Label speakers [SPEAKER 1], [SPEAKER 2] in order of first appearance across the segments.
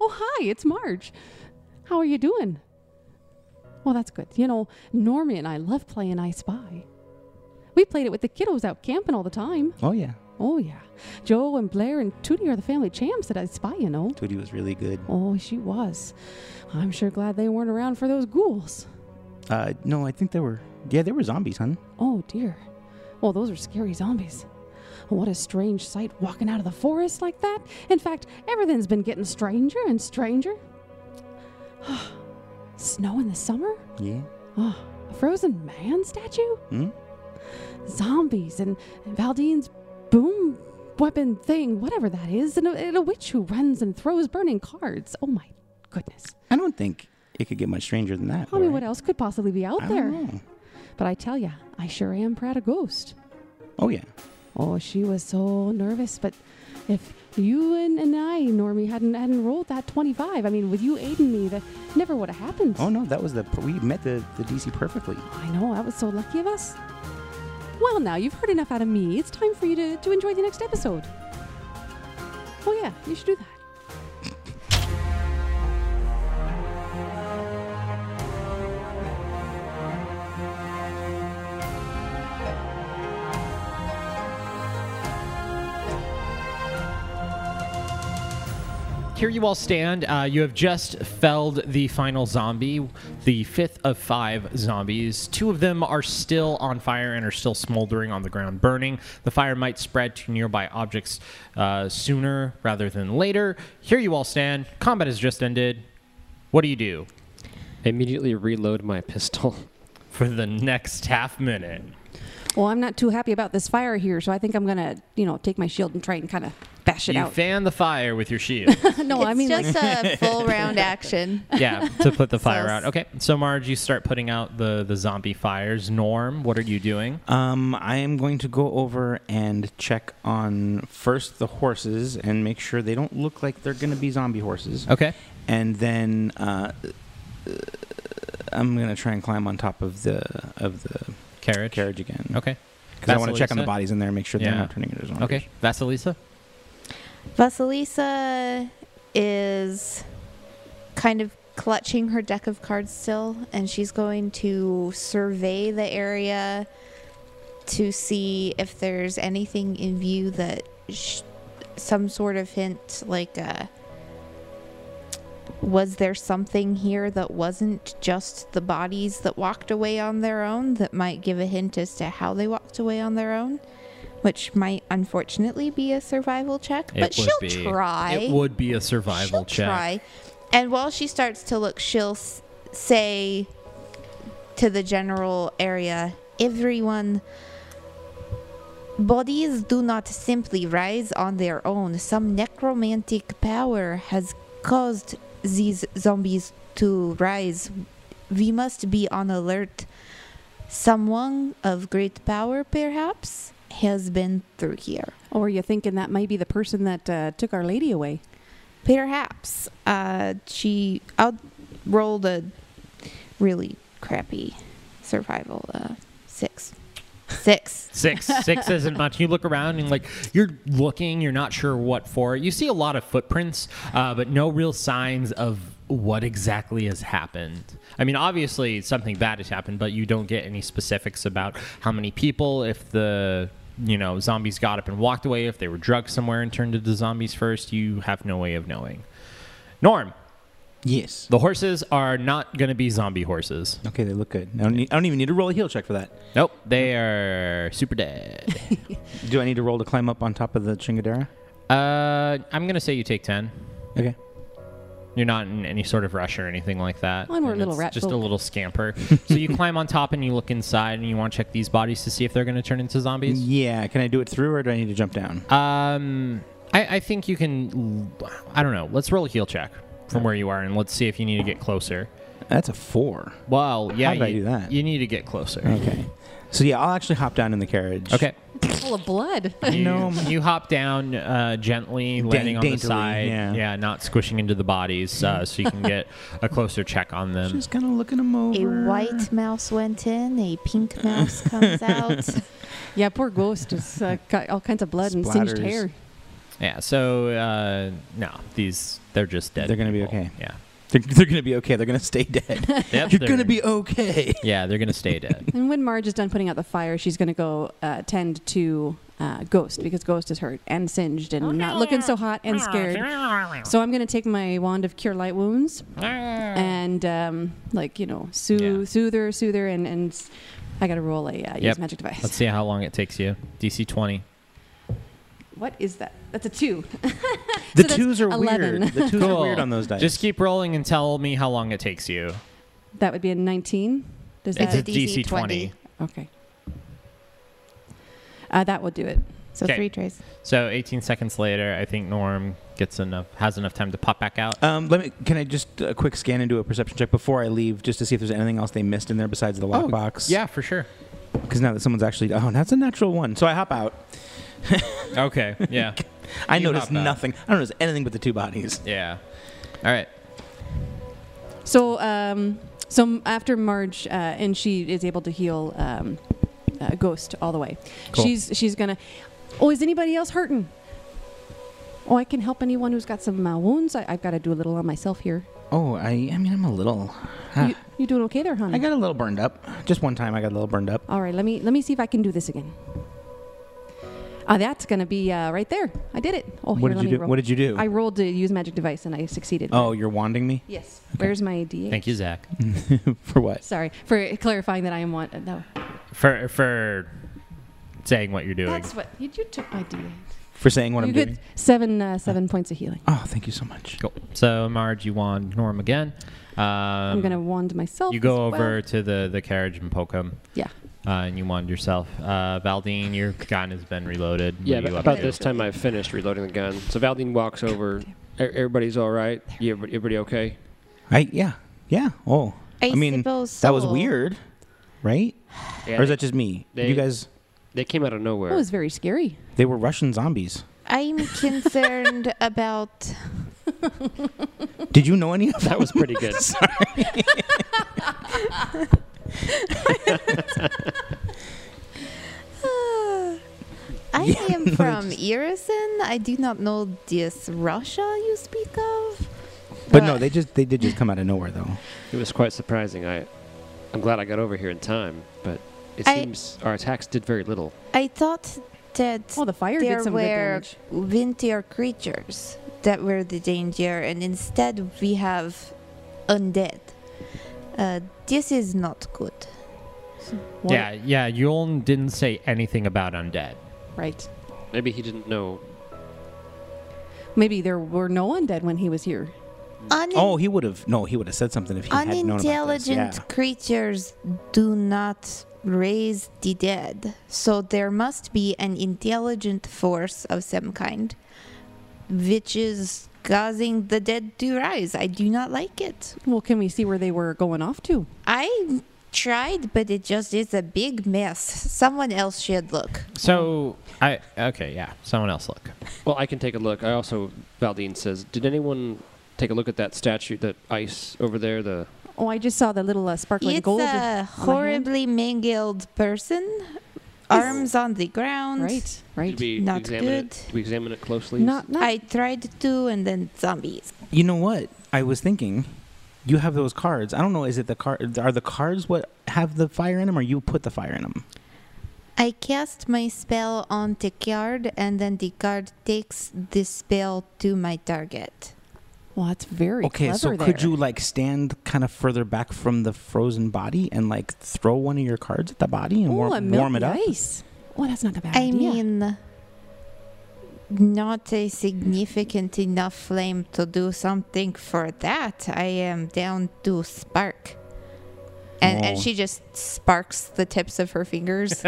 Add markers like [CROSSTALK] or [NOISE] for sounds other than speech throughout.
[SPEAKER 1] Oh, hi, it's Marge. How are you doing? Well, that's good. You know, Norman and I love playing I Spy. We played it with the kiddos out camping all the time.
[SPEAKER 2] Oh yeah,
[SPEAKER 1] Oh, yeah. Joe and Blair and Tootie are the family champs at I Spy, you know.
[SPEAKER 2] Tootie was really good.
[SPEAKER 1] Oh, she was. I'm sure glad they weren't around for those ghouls.
[SPEAKER 2] Uh, no, I think there were. Yeah, there were zombies, hun.
[SPEAKER 1] Oh dear. Well, those are scary zombies. What a strange sight walking out of the forest like that. In fact, everything's been getting stranger and stranger. [SIGHS] Snow in the summer?
[SPEAKER 2] Yeah.
[SPEAKER 1] Oh, a frozen man statue?
[SPEAKER 2] Hmm.
[SPEAKER 1] Zombies and Valdine's boom weapon thing, whatever that is, and a, and a witch who runs and throws burning cards. Oh my goodness.
[SPEAKER 2] I don't think it could get much stranger than that.
[SPEAKER 1] I mean,
[SPEAKER 2] right?
[SPEAKER 1] what else could possibly be out
[SPEAKER 2] I
[SPEAKER 1] there?
[SPEAKER 2] don't know.
[SPEAKER 1] But I tell ya, I sure am proud of Ghost.
[SPEAKER 2] Oh yeah.
[SPEAKER 1] Oh, she was so nervous. But if you and, and I, Normie, hadn't hadn't rolled that 25, I mean, with you aiding me, that never would have happened.
[SPEAKER 2] Oh no, that was the we met the the DC perfectly.
[SPEAKER 1] I know, that was so lucky of us. Well, now you've heard enough out of me. It's time for you to, to enjoy the next episode. Oh, yeah, you should do that.
[SPEAKER 3] Here you all stand. Uh, you have just felled the final zombie, the fifth of five zombies. Two of them are still on fire and are still smoldering on the ground, burning. The fire might spread to nearby objects uh, sooner rather than later. Here you all stand. Combat has just ended. What do you do
[SPEAKER 4] Immediately reload my pistol. [LAUGHS]
[SPEAKER 3] for the next half minute?
[SPEAKER 1] Well, I'm not too happy about this fire here, so I think I'm going to, you know, take my shield and try and kind of bash it
[SPEAKER 3] you
[SPEAKER 1] out.
[SPEAKER 3] fan the fire with your shield.
[SPEAKER 1] [LAUGHS] no, I
[SPEAKER 5] it's
[SPEAKER 1] mean, like,
[SPEAKER 5] just a full
[SPEAKER 1] [LAUGHS]
[SPEAKER 5] round action.
[SPEAKER 3] yeah, to put the fire
[SPEAKER 5] So-
[SPEAKER 3] out. Okay, so Marge, you start putting out the, the zombie fires. Norm, what are you doing?
[SPEAKER 2] Um, I am going to go over and check on first the horses and make sure they don't look like they're going to be zombie horses.
[SPEAKER 3] Okay.
[SPEAKER 2] And then uh, uh, I'm going to try and climb on top of the of the
[SPEAKER 3] Carriage.
[SPEAKER 2] carriage again.
[SPEAKER 3] Okay.
[SPEAKER 2] Because I want to check on the
[SPEAKER 3] Vasilisa?
[SPEAKER 2] bodies in there, and make sure
[SPEAKER 3] Yeah.
[SPEAKER 2] they're not turning into zombies.
[SPEAKER 3] Okay. Vasilisa?
[SPEAKER 5] Vasilisa is kind of clutching her deck of cards still, and she's going to survey the area to see if there's anything in view that sh- some sort of hint, like uh was there something here that wasn't just the bodies that walked away on their own that might give a hint as to how they walked away on their own? Which might unfortunately be a survival check, but she'll try.
[SPEAKER 3] It would be a survival
[SPEAKER 5] She'll
[SPEAKER 3] check.
[SPEAKER 5] try. And while she starts to look, she'll s- say to the general area, everyone, bodies do not simply rise on their own. Some necromantic power has caused these zombies to rise. We must be on alert. Someone of great power, perhaps, has been through here.
[SPEAKER 1] or you thinking that might be the person that uh, took Our Lady away.
[SPEAKER 5] Perhaps. Uh, she out rolled a really crappy survival uh, six. Six.
[SPEAKER 3] Six. Six
[SPEAKER 5] [LAUGHS]
[SPEAKER 3] isn't much. You look around and like you're looking, you're not sure what for. You see a lot of footprints, uh, but no real signs of what exactly has happened. I mean, obviously something bad has happened, but you don't get any specifics about how many people, if the you know zombies got up and walked away, if they were drugged somewhere and turned into zombies first. You have no way of knowing. Norm,
[SPEAKER 2] Yes.
[SPEAKER 3] the horses are not going to be zombie horses.
[SPEAKER 2] Okay, they look good. I don't, need, I don't even need to roll a heel check for that.
[SPEAKER 3] Nope, they are super dead.
[SPEAKER 2] Do I need to roll to climb up on top of the Chingadera?
[SPEAKER 3] uh, I'm gonna say you take ten.
[SPEAKER 2] Okay.
[SPEAKER 3] You're not in any sort of rush or anything like that.
[SPEAKER 1] Mine were
[SPEAKER 3] And
[SPEAKER 1] little
[SPEAKER 3] it's
[SPEAKER 1] rat
[SPEAKER 3] Just a
[SPEAKER 1] folk.
[SPEAKER 3] little scamper. so you climb on top and you look inside and you want to check these bodies to see if they're gonna turn into zombies.
[SPEAKER 2] Yeah. Can I do it through, or do I need to jump down?
[SPEAKER 3] Um, I, I think you can. I don't know. Let's roll a heel check from where you are and let's see if you need to get closer.
[SPEAKER 2] That's a four.
[SPEAKER 3] Well, yeah,
[SPEAKER 2] did I
[SPEAKER 3] you,
[SPEAKER 2] do that?
[SPEAKER 3] you need to get closer.
[SPEAKER 2] Okay. So yeah, I'll actually hop down in the carriage.
[SPEAKER 3] Okay.
[SPEAKER 1] Full of [LAUGHS] blood.
[SPEAKER 3] [LAUGHS] You,
[SPEAKER 2] know.
[SPEAKER 3] you hop down uh, gently, landing on the
[SPEAKER 2] daintily,
[SPEAKER 3] side.
[SPEAKER 2] yeah.
[SPEAKER 3] not squishing into the bodies, uh, so you can get a closer check on them.
[SPEAKER 2] Just kind of looking them
[SPEAKER 5] A
[SPEAKER 2] over.
[SPEAKER 5] white mouse went in, a [LAUGHS] pink mouse comes out.
[SPEAKER 1] yeah, poor Ghost has uh, got all kinds of blood and singed
[SPEAKER 2] Splatters.
[SPEAKER 1] hair.
[SPEAKER 3] Yeah. So uh, no, these they're just dead.
[SPEAKER 2] They're gonna be
[SPEAKER 3] people.
[SPEAKER 2] okay. [LAUGHS]
[SPEAKER 3] Yeah.
[SPEAKER 2] They're, they're going to be okay. They're going to stay
[SPEAKER 3] [LAUGHS]
[SPEAKER 2] dead.
[SPEAKER 3] Yep,
[SPEAKER 2] You're
[SPEAKER 3] they're-
[SPEAKER 2] going to be okay.
[SPEAKER 3] Yeah, they're gonna stay dead.
[SPEAKER 1] And when Marge is done putting out the fire, she's going to go uh, tend to uh, Ghost because Ghost is hurt and singed and not looking so hot [LAUGHS] and
[SPEAKER 2] [LAUGHS]
[SPEAKER 1] scared. So I'm going to take my wand of cure light wounds and um, like you know soothe,
[SPEAKER 3] Yeah.
[SPEAKER 1] soothe her, soothe her, and and s- I got to roll a uh,
[SPEAKER 3] Yep.
[SPEAKER 1] use magic device.
[SPEAKER 3] Let's see how long it takes you. DC twenty.
[SPEAKER 1] What is that? That's a two.
[SPEAKER 2] The
[SPEAKER 1] that's
[SPEAKER 2] twos are
[SPEAKER 1] 11.
[SPEAKER 2] weird. The twos
[SPEAKER 3] Cool.
[SPEAKER 2] are weird on those dice.
[SPEAKER 3] Just keep rolling and tell me how long it takes you.
[SPEAKER 1] That would be a 19. Does
[SPEAKER 5] It's
[SPEAKER 1] that?
[SPEAKER 3] It's a
[SPEAKER 5] a DC
[SPEAKER 3] DC twenty.
[SPEAKER 1] okay. Uh, that will do it.
[SPEAKER 5] So
[SPEAKER 3] Okay.
[SPEAKER 5] three trays.
[SPEAKER 3] So eighteen seconds later, I think Norm gets enough has enough time to pop back out.
[SPEAKER 2] Um, let me. Can I just a quick scan and do a perception check before I leave, just to see if there's anything else they missed in there besides the
[SPEAKER 3] Oh,
[SPEAKER 2] lockbox?
[SPEAKER 3] Yeah, for sure.
[SPEAKER 2] Because now that someone's actually, oh, that's a natural one. So I hop out.
[SPEAKER 3] Okay. Yeah.
[SPEAKER 2] [LAUGHS] I
[SPEAKER 3] You
[SPEAKER 2] notice
[SPEAKER 3] hop out.
[SPEAKER 2] nothing. I don't notice anything but the two bodies.
[SPEAKER 3] yeah. All right.
[SPEAKER 1] So, um, so m- after Marge uh, and she is able to heal um, uh, Ghost all the way.
[SPEAKER 3] Cool.
[SPEAKER 1] She's she's gonna. Oh, is anybody else hurting? Oh, I can help anyone who's got some uh, wounds. I, I've got to do a little on myself here.
[SPEAKER 2] Oh, I. I mean, I'm a little.
[SPEAKER 1] You, you doing okay there, hon?
[SPEAKER 2] I got a little burned up. Just one time, I got a little burned up.
[SPEAKER 1] All right, let me let me see if I can do this again. Uh, that's gonna be uh, right there. I did it. Oh,
[SPEAKER 2] what
[SPEAKER 1] here,
[SPEAKER 2] did
[SPEAKER 1] let
[SPEAKER 2] you
[SPEAKER 1] me
[SPEAKER 2] do?
[SPEAKER 1] roll.
[SPEAKER 2] What did you do?
[SPEAKER 1] I rolled to use magic device and I succeeded.
[SPEAKER 2] oh, you're wanding [LAUGHS] me
[SPEAKER 1] Yes. Where's my D8?
[SPEAKER 3] Thank you, Zach,
[SPEAKER 2] for what?
[SPEAKER 1] Sorry for clarifying that I am one. uh, No,
[SPEAKER 3] for for saying what you're doing.
[SPEAKER 1] that's what you, you took my D8.
[SPEAKER 2] For saying what
[SPEAKER 1] you
[SPEAKER 2] I'm
[SPEAKER 1] get
[SPEAKER 2] doing.
[SPEAKER 1] seven uh, seven points of healing.
[SPEAKER 2] Oh, thank you so much.
[SPEAKER 3] Cool. So Marge, you wand Norm again. Um,
[SPEAKER 1] I'm gonna wand myself.
[SPEAKER 3] You
[SPEAKER 1] as
[SPEAKER 3] go
[SPEAKER 1] well.
[SPEAKER 3] over to the the carriage and poke him,
[SPEAKER 1] Yeah.
[SPEAKER 3] uh, and you wand yourself. Uh, Valdine, your gun has been reloaded. What
[SPEAKER 4] Yeah,
[SPEAKER 3] are you
[SPEAKER 4] but
[SPEAKER 3] up
[SPEAKER 4] about
[SPEAKER 3] to?
[SPEAKER 4] this time I finished reloading the gun. So Valdine walks over. E- Everybody's all right. Yeah, everybody, everybody okay?
[SPEAKER 2] I yeah yeah. Oh,
[SPEAKER 5] I
[SPEAKER 2] I mean
[SPEAKER 5] suppose
[SPEAKER 2] that was
[SPEAKER 5] so.
[SPEAKER 2] weird, right?
[SPEAKER 4] Yeah,
[SPEAKER 2] or is
[SPEAKER 4] they,
[SPEAKER 2] that just me?
[SPEAKER 4] they-
[SPEAKER 2] you guys,
[SPEAKER 4] they came out of
[SPEAKER 1] That
[SPEAKER 4] nowhere.
[SPEAKER 1] was very scary.
[SPEAKER 2] they were Russian zombies.
[SPEAKER 5] [LAUGHS] I'm concerned about.
[SPEAKER 2] Did you know any of
[SPEAKER 4] [LAUGHS] that was pretty good.
[SPEAKER 5] I [LAUGHS] am from Irisan. I do not know this Russia you speak of.
[SPEAKER 2] But [LAUGHS] no, they just they did just come out of nowhere though.
[SPEAKER 4] It was quite surprising. I, I'm glad I got over here in time, but it
[SPEAKER 5] I-
[SPEAKER 4] seems our attacks did very little.
[SPEAKER 5] I thought that
[SPEAKER 1] Oh, the fire
[SPEAKER 5] there
[SPEAKER 1] did some good
[SPEAKER 5] were
[SPEAKER 1] damage.
[SPEAKER 5] winter creatures that were the danger, and instead we have undead. Uh, this is not good.
[SPEAKER 1] What-
[SPEAKER 3] Yeah, yeah. Yuln didn't say anything about undead.
[SPEAKER 1] Right.
[SPEAKER 4] Maybe he didn't know.
[SPEAKER 1] Maybe there were no undead when he was here.
[SPEAKER 5] Unin-
[SPEAKER 2] Oh, he would have. No, he would have said something if he had known about this.
[SPEAKER 5] unintelligent
[SPEAKER 2] Yeah.
[SPEAKER 5] creatures do not raise the dead, so there must be an intelligent force of some kind, which is causing the dead to rise. I do not like it.
[SPEAKER 1] Well, can we see where they were going off to?
[SPEAKER 5] I tried, but it just is a big mess. Someone else should look.
[SPEAKER 3] So I okay, yeah. Someone else look.
[SPEAKER 4] Well, I can take a look. I also, Valdine says, did anyone take a look at that statue, that ice over there? The
[SPEAKER 1] Oh, I just saw the little uh, sparkling
[SPEAKER 5] it's
[SPEAKER 1] gold.
[SPEAKER 5] a horribly mangled person, arms on the ground.
[SPEAKER 1] Right.
[SPEAKER 4] did
[SPEAKER 1] Right.
[SPEAKER 4] we
[SPEAKER 5] Not
[SPEAKER 4] examine it?
[SPEAKER 5] good.
[SPEAKER 4] Did we examine it closely.
[SPEAKER 1] Not. Not.
[SPEAKER 5] I tried to, and then zombies.
[SPEAKER 2] You know what? I was thinking, you have those cards. I don't know. Is it the card? Are the cards what have the fire in them, or you put the fire in them?
[SPEAKER 5] I cast my spell on the card, and then the card takes the spell to my target.
[SPEAKER 1] well, that's very
[SPEAKER 2] Okay,
[SPEAKER 1] Clever
[SPEAKER 2] so
[SPEAKER 1] there.
[SPEAKER 2] could you like stand kind of further back from the frozen body and like throw one of your cards at the body and
[SPEAKER 1] Ooh, a
[SPEAKER 2] warm,
[SPEAKER 1] milky
[SPEAKER 2] warm it up?
[SPEAKER 1] Ice. Oh, that's not a bad
[SPEAKER 5] I
[SPEAKER 1] idea.
[SPEAKER 5] mean, not a significant enough flame to do something for that. I am down to spark. And, and
[SPEAKER 2] Oh.
[SPEAKER 5] she just sparks the tips of
[SPEAKER 3] [LAUGHS]
[SPEAKER 5] her fingers.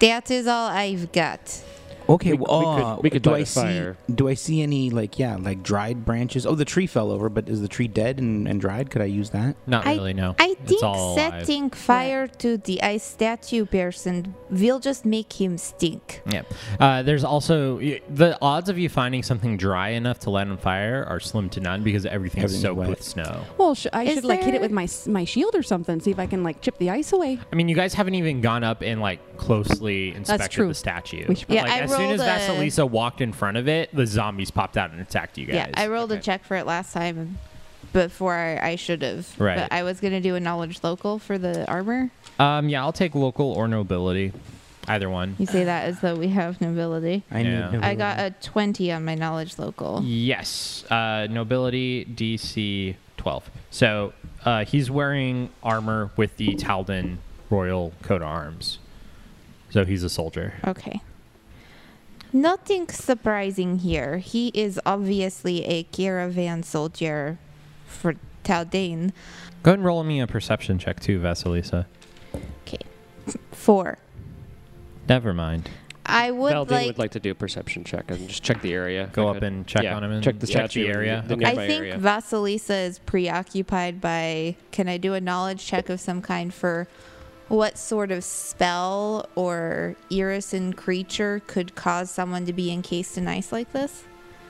[SPEAKER 5] that is all I've got.
[SPEAKER 2] Okay,
[SPEAKER 4] We-
[SPEAKER 2] well,
[SPEAKER 4] we could-
[SPEAKER 2] uh,
[SPEAKER 4] we could
[SPEAKER 2] do
[SPEAKER 4] light
[SPEAKER 2] I
[SPEAKER 4] a fire.
[SPEAKER 2] see? Do I see any like yeah, like dried branches? Oh, the tree fell over, but is the tree dead and, and dried? Could I use that?
[SPEAKER 3] Not
[SPEAKER 5] I-
[SPEAKER 3] really. No.
[SPEAKER 5] I
[SPEAKER 3] It's
[SPEAKER 5] think
[SPEAKER 3] all alive.
[SPEAKER 5] setting fire to the ice statue person will just make him stink.
[SPEAKER 3] Yeah. Uh, there's also y- the odds of you finding something dry enough to light on fire are slim to none because everything's,
[SPEAKER 2] Everything's
[SPEAKER 3] soaked
[SPEAKER 2] wet.
[SPEAKER 3] with snow.
[SPEAKER 1] well, sh- I
[SPEAKER 5] Is
[SPEAKER 1] should like hit it
[SPEAKER 5] there-
[SPEAKER 1] with my s- my shield or something. See if I can like chip the ice away.
[SPEAKER 3] I mean, you guys haven't even gone up and like closely inspected
[SPEAKER 1] true.
[SPEAKER 3] the statue.
[SPEAKER 1] We should
[SPEAKER 5] Yeah,
[SPEAKER 3] like,
[SPEAKER 5] I
[SPEAKER 3] as soon as
[SPEAKER 5] rolled a-
[SPEAKER 3] Vasilisa walked in front of it, the zombies popped out and attacked you guys.
[SPEAKER 5] Yeah, I rolled a
[SPEAKER 3] Okay.
[SPEAKER 5] check for it last time before I should have.
[SPEAKER 3] Right.
[SPEAKER 5] But I was going to do a knowledge local for the armor.
[SPEAKER 3] Um, yeah, I'll take local or nobility, either one.
[SPEAKER 5] You say that as though we have nobility.
[SPEAKER 2] I need.
[SPEAKER 3] Yeah. I
[SPEAKER 5] I
[SPEAKER 2] nobility.
[SPEAKER 5] got a 20 on my knowledge local.
[SPEAKER 3] Yes, uh, nobility DC 12. So uh, he's wearing armor with the Taldan royal coat of arms. So he's a soldier.
[SPEAKER 5] Okay. Nothing surprising here. He is obviously a caravan soldier for Taldane.
[SPEAKER 3] Go ahead and roll me a perception check too, Vasilisa.
[SPEAKER 5] Four.
[SPEAKER 3] Never mind.
[SPEAKER 5] I would
[SPEAKER 4] Valdine
[SPEAKER 5] like,
[SPEAKER 4] would like to do a perception check and just check the area. if
[SPEAKER 3] Go
[SPEAKER 4] I
[SPEAKER 3] up
[SPEAKER 4] could.
[SPEAKER 3] and check
[SPEAKER 4] Yeah,
[SPEAKER 3] on him and
[SPEAKER 4] check the
[SPEAKER 3] check the
[SPEAKER 4] statue and
[SPEAKER 3] area.
[SPEAKER 4] The
[SPEAKER 3] Okay.
[SPEAKER 5] I
[SPEAKER 4] nearby
[SPEAKER 5] think
[SPEAKER 4] area.
[SPEAKER 5] Vasilisa is preoccupied by can I do a knowledge check of some kind for what sort of spell or irisyn creature could cause someone to be encased in ice like this?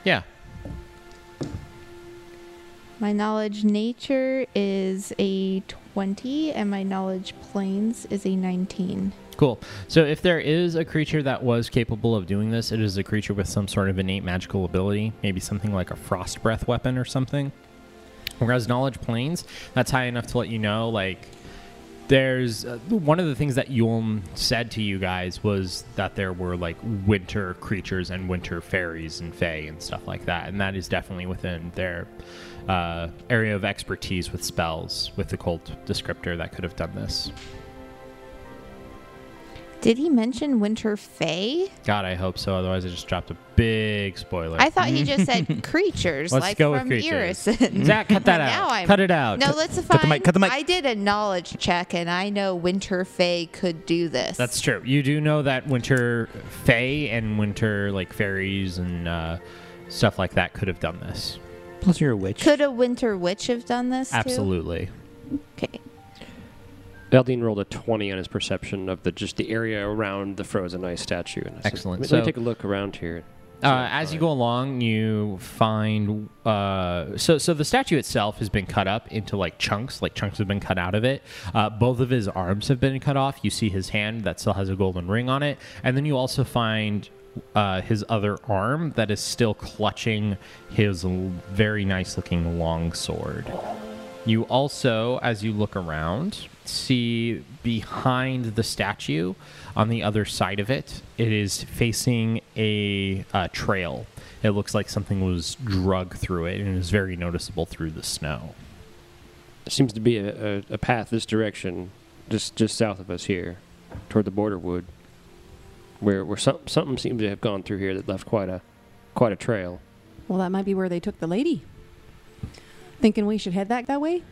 [SPEAKER 3] Yeah.
[SPEAKER 5] My knowledge nature is a 20 and my knowledge planes is a 19.
[SPEAKER 3] Cool. So if there is a creature that was capable of doing this, it is a creature with some sort of innate magical ability, maybe something like a frost breath weapon or something. Whereas knowledge planes, that's high enough to let you know like there's uh, one of the things that Yulm said to you guys was that there were like winter creatures and winter fairies and fae and stuff like that, and that is definitely within their uh, area of expertise with spells with the cold descriptor that could have done this.
[SPEAKER 5] Did he mention Winter Fae?
[SPEAKER 3] God, I hope so. Otherwise, I just dropped a big spoiler.
[SPEAKER 5] I thought he just said creatures,
[SPEAKER 3] Let's
[SPEAKER 5] like
[SPEAKER 3] go with
[SPEAKER 5] from
[SPEAKER 3] creatures. [LAUGHS]
[SPEAKER 5] Irison.
[SPEAKER 3] Zach, cut that
[SPEAKER 5] Now
[SPEAKER 3] out.
[SPEAKER 5] I'm-
[SPEAKER 3] cut it out.
[SPEAKER 5] [LAUGHS] No, let's
[SPEAKER 2] cut
[SPEAKER 5] find.
[SPEAKER 2] the mic, cut the mic.
[SPEAKER 5] I did a knowledge check, and I know Winter Fae could do this.
[SPEAKER 3] That's true. You do know that winter fae and winter like fairies and uh, stuff like that could have done this.
[SPEAKER 2] Plus, you're a witch.
[SPEAKER 5] Could a Winter Witch have done this? too?
[SPEAKER 3] Absolutely.
[SPEAKER 5] Okay.
[SPEAKER 4] Valdine rolled a 20 on his perception of the just the area around the frozen ice statue. And I said,
[SPEAKER 3] Excellent.
[SPEAKER 4] Let,
[SPEAKER 3] So-
[SPEAKER 4] me take a look around here.
[SPEAKER 3] Uh, as you go along, you find uh, so so the statue itself has been cut up into like chunks, like chunks have been cut out of it. Uh, both of his arms have been cut off. You see his hand that still has a golden ring on it, and then you also find uh, his other arm that is still clutching his l- very nice looking long sword. You also, as you look around, see behind the statue on the other side of it, it is facing a, uh trail. It looks like something was drug through it and is very noticeable through the snow.
[SPEAKER 4] There seems to be a, a, a path this direction, just just south of us here, toward the border wood, where where some, something seems to have gone through here that left quite a quite a trail.
[SPEAKER 1] Well, that might be where they took the lady. Thinking we should head back that way?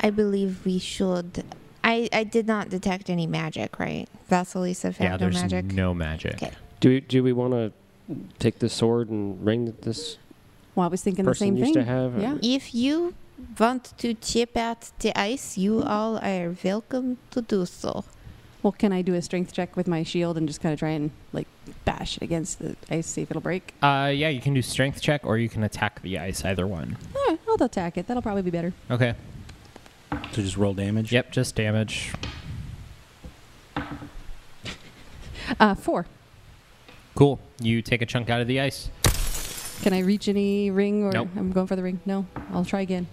[SPEAKER 5] I believe we should. I I did not detect any magic, right? Vasilisa found
[SPEAKER 3] yeah,
[SPEAKER 5] no
[SPEAKER 3] there's
[SPEAKER 5] magic.
[SPEAKER 3] no magic.
[SPEAKER 5] Okay.
[SPEAKER 4] Do we, do we want to take this sword and ring that this
[SPEAKER 1] Well, I was thinking the
[SPEAKER 4] person
[SPEAKER 1] same
[SPEAKER 4] used
[SPEAKER 1] thing.
[SPEAKER 4] to have?
[SPEAKER 1] Yeah.
[SPEAKER 5] If you want to chip out the ice, you all are welcome to do so.
[SPEAKER 1] Well, can I do a strength check with my shield and just kind of try and like bash it against the ice, see if it'll break?
[SPEAKER 3] Uh, yeah, you can do strength check or you can attack the ice, either one.
[SPEAKER 1] All right, I'll attack it. That'll probably be better.
[SPEAKER 3] Okay.
[SPEAKER 2] So just roll damage.
[SPEAKER 3] Yep, just damage.
[SPEAKER 1] Uh, four.
[SPEAKER 3] Cool. You take a chunk out of the ice.
[SPEAKER 1] Can I reach any ring or
[SPEAKER 3] Nope.
[SPEAKER 1] I'm going for the ring? No, I'll try again.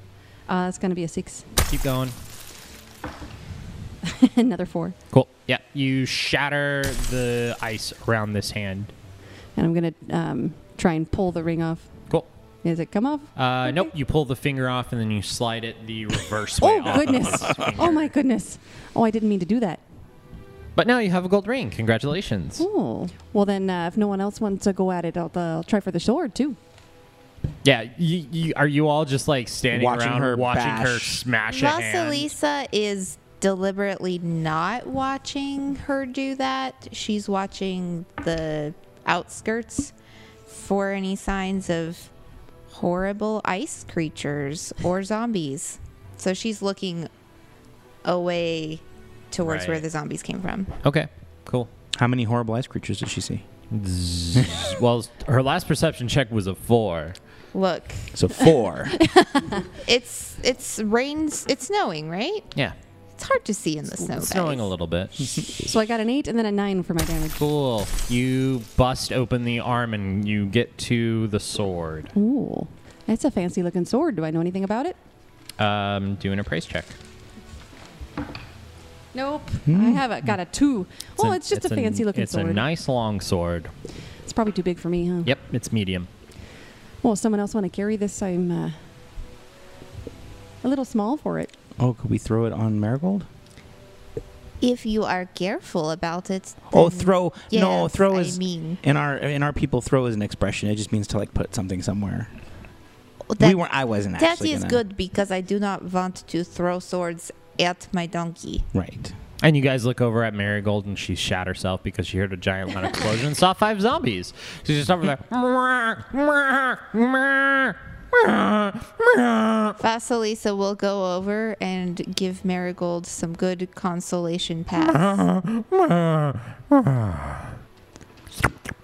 [SPEAKER 1] Uh, it's going to be a six.
[SPEAKER 3] Keep going.
[SPEAKER 1] [LAUGHS] Another four.
[SPEAKER 3] Cool. Yeah, you shatter the ice around this hand.
[SPEAKER 1] And I'm going to um, try and pull the ring off.
[SPEAKER 3] Cool.
[SPEAKER 1] Is it come off?
[SPEAKER 3] Uh,
[SPEAKER 1] Okay.
[SPEAKER 3] Nope. You pull the finger off and then you slide it the reverse way.
[SPEAKER 1] [LAUGHS] oh,
[SPEAKER 3] off of [LAUGHS]
[SPEAKER 1] goodness.
[SPEAKER 3] his finger.
[SPEAKER 1] oh, my goodness. Oh, I didn't mean to do that.
[SPEAKER 3] But now you have a gold ring. Congratulations.
[SPEAKER 1] Oh. Well, then uh, if no one else wants to go at it, I'll, I'll try for the sword, too.
[SPEAKER 3] Yeah. You, you, are you all just like standing
[SPEAKER 2] Watching
[SPEAKER 3] around
[SPEAKER 2] her
[SPEAKER 3] watching
[SPEAKER 2] bash.
[SPEAKER 3] her smash a hand?
[SPEAKER 5] Vasilisa is deliberately not watching her do that. She's watching the outskirts for any signs of horrible ice creatures or zombies. So she's looking away towards where
[SPEAKER 3] Right.
[SPEAKER 5] the zombies came from.
[SPEAKER 3] Okay. Cool.
[SPEAKER 2] How many horrible ice creatures did she see?
[SPEAKER 3] Zzz. well, her last perception check was a four.
[SPEAKER 5] Look,
[SPEAKER 2] So four.
[SPEAKER 1] [LAUGHS]
[SPEAKER 5] it's it's rains, it's snowing, right?
[SPEAKER 3] Yeah.
[SPEAKER 5] It's hard to see in the snow.
[SPEAKER 3] It's snowing
[SPEAKER 5] guys.
[SPEAKER 3] a little bit.
[SPEAKER 1] So I got an eight and then a nine for my damage.
[SPEAKER 3] Cool. You bust open the arm and you get to the sword.
[SPEAKER 1] Ooh, that's a fancy looking sword. Do I know anything about it?
[SPEAKER 3] Um, doing a price check.
[SPEAKER 1] Nope. I haven't got a two. Hmm. well,
[SPEAKER 3] a-
[SPEAKER 1] it's just a fancy looking
[SPEAKER 3] It's
[SPEAKER 1] sword.
[SPEAKER 3] a nice long sword.
[SPEAKER 1] It's probably too big for me, huh?
[SPEAKER 3] Yep, it's medium.
[SPEAKER 1] Well, someone else want to carry this? I'm uh, a little small for it.
[SPEAKER 2] Oh, could we throw it on Marigold?
[SPEAKER 5] If you are careful about it.
[SPEAKER 2] Oh,
[SPEAKER 5] then
[SPEAKER 2] throw! no,
[SPEAKER 5] Mm. yes,
[SPEAKER 2] throw
[SPEAKER 5] I
[SPEAKER 2] is
[SPEAKER 5] mean,
[SPEAKER 2] in our in our people. Throw is an expression. It just means to like put something somewhere. we
[SPEAKER 5] that,
[SPEAKER 2] weren't. I wasn't
[SPEAKER 5] that
[SPEAKER 2] actually.
[SPEAKER 5] is
[SPEAKER 2] gonna-
[SPEAKER 5] good because I do not want to throw swords at my donkey.
[SPEAKER 2] Right.
[SPEAKER 3] And you guys look over at Marigold and she shat herself because she heard a giant loud explosion and saw five zombies. She's just over there. "Mwah, mwah, mwah, mwah, mwah."
[SPEAKER 5] Vasilisa will go over and give Marigold some good consolation pats.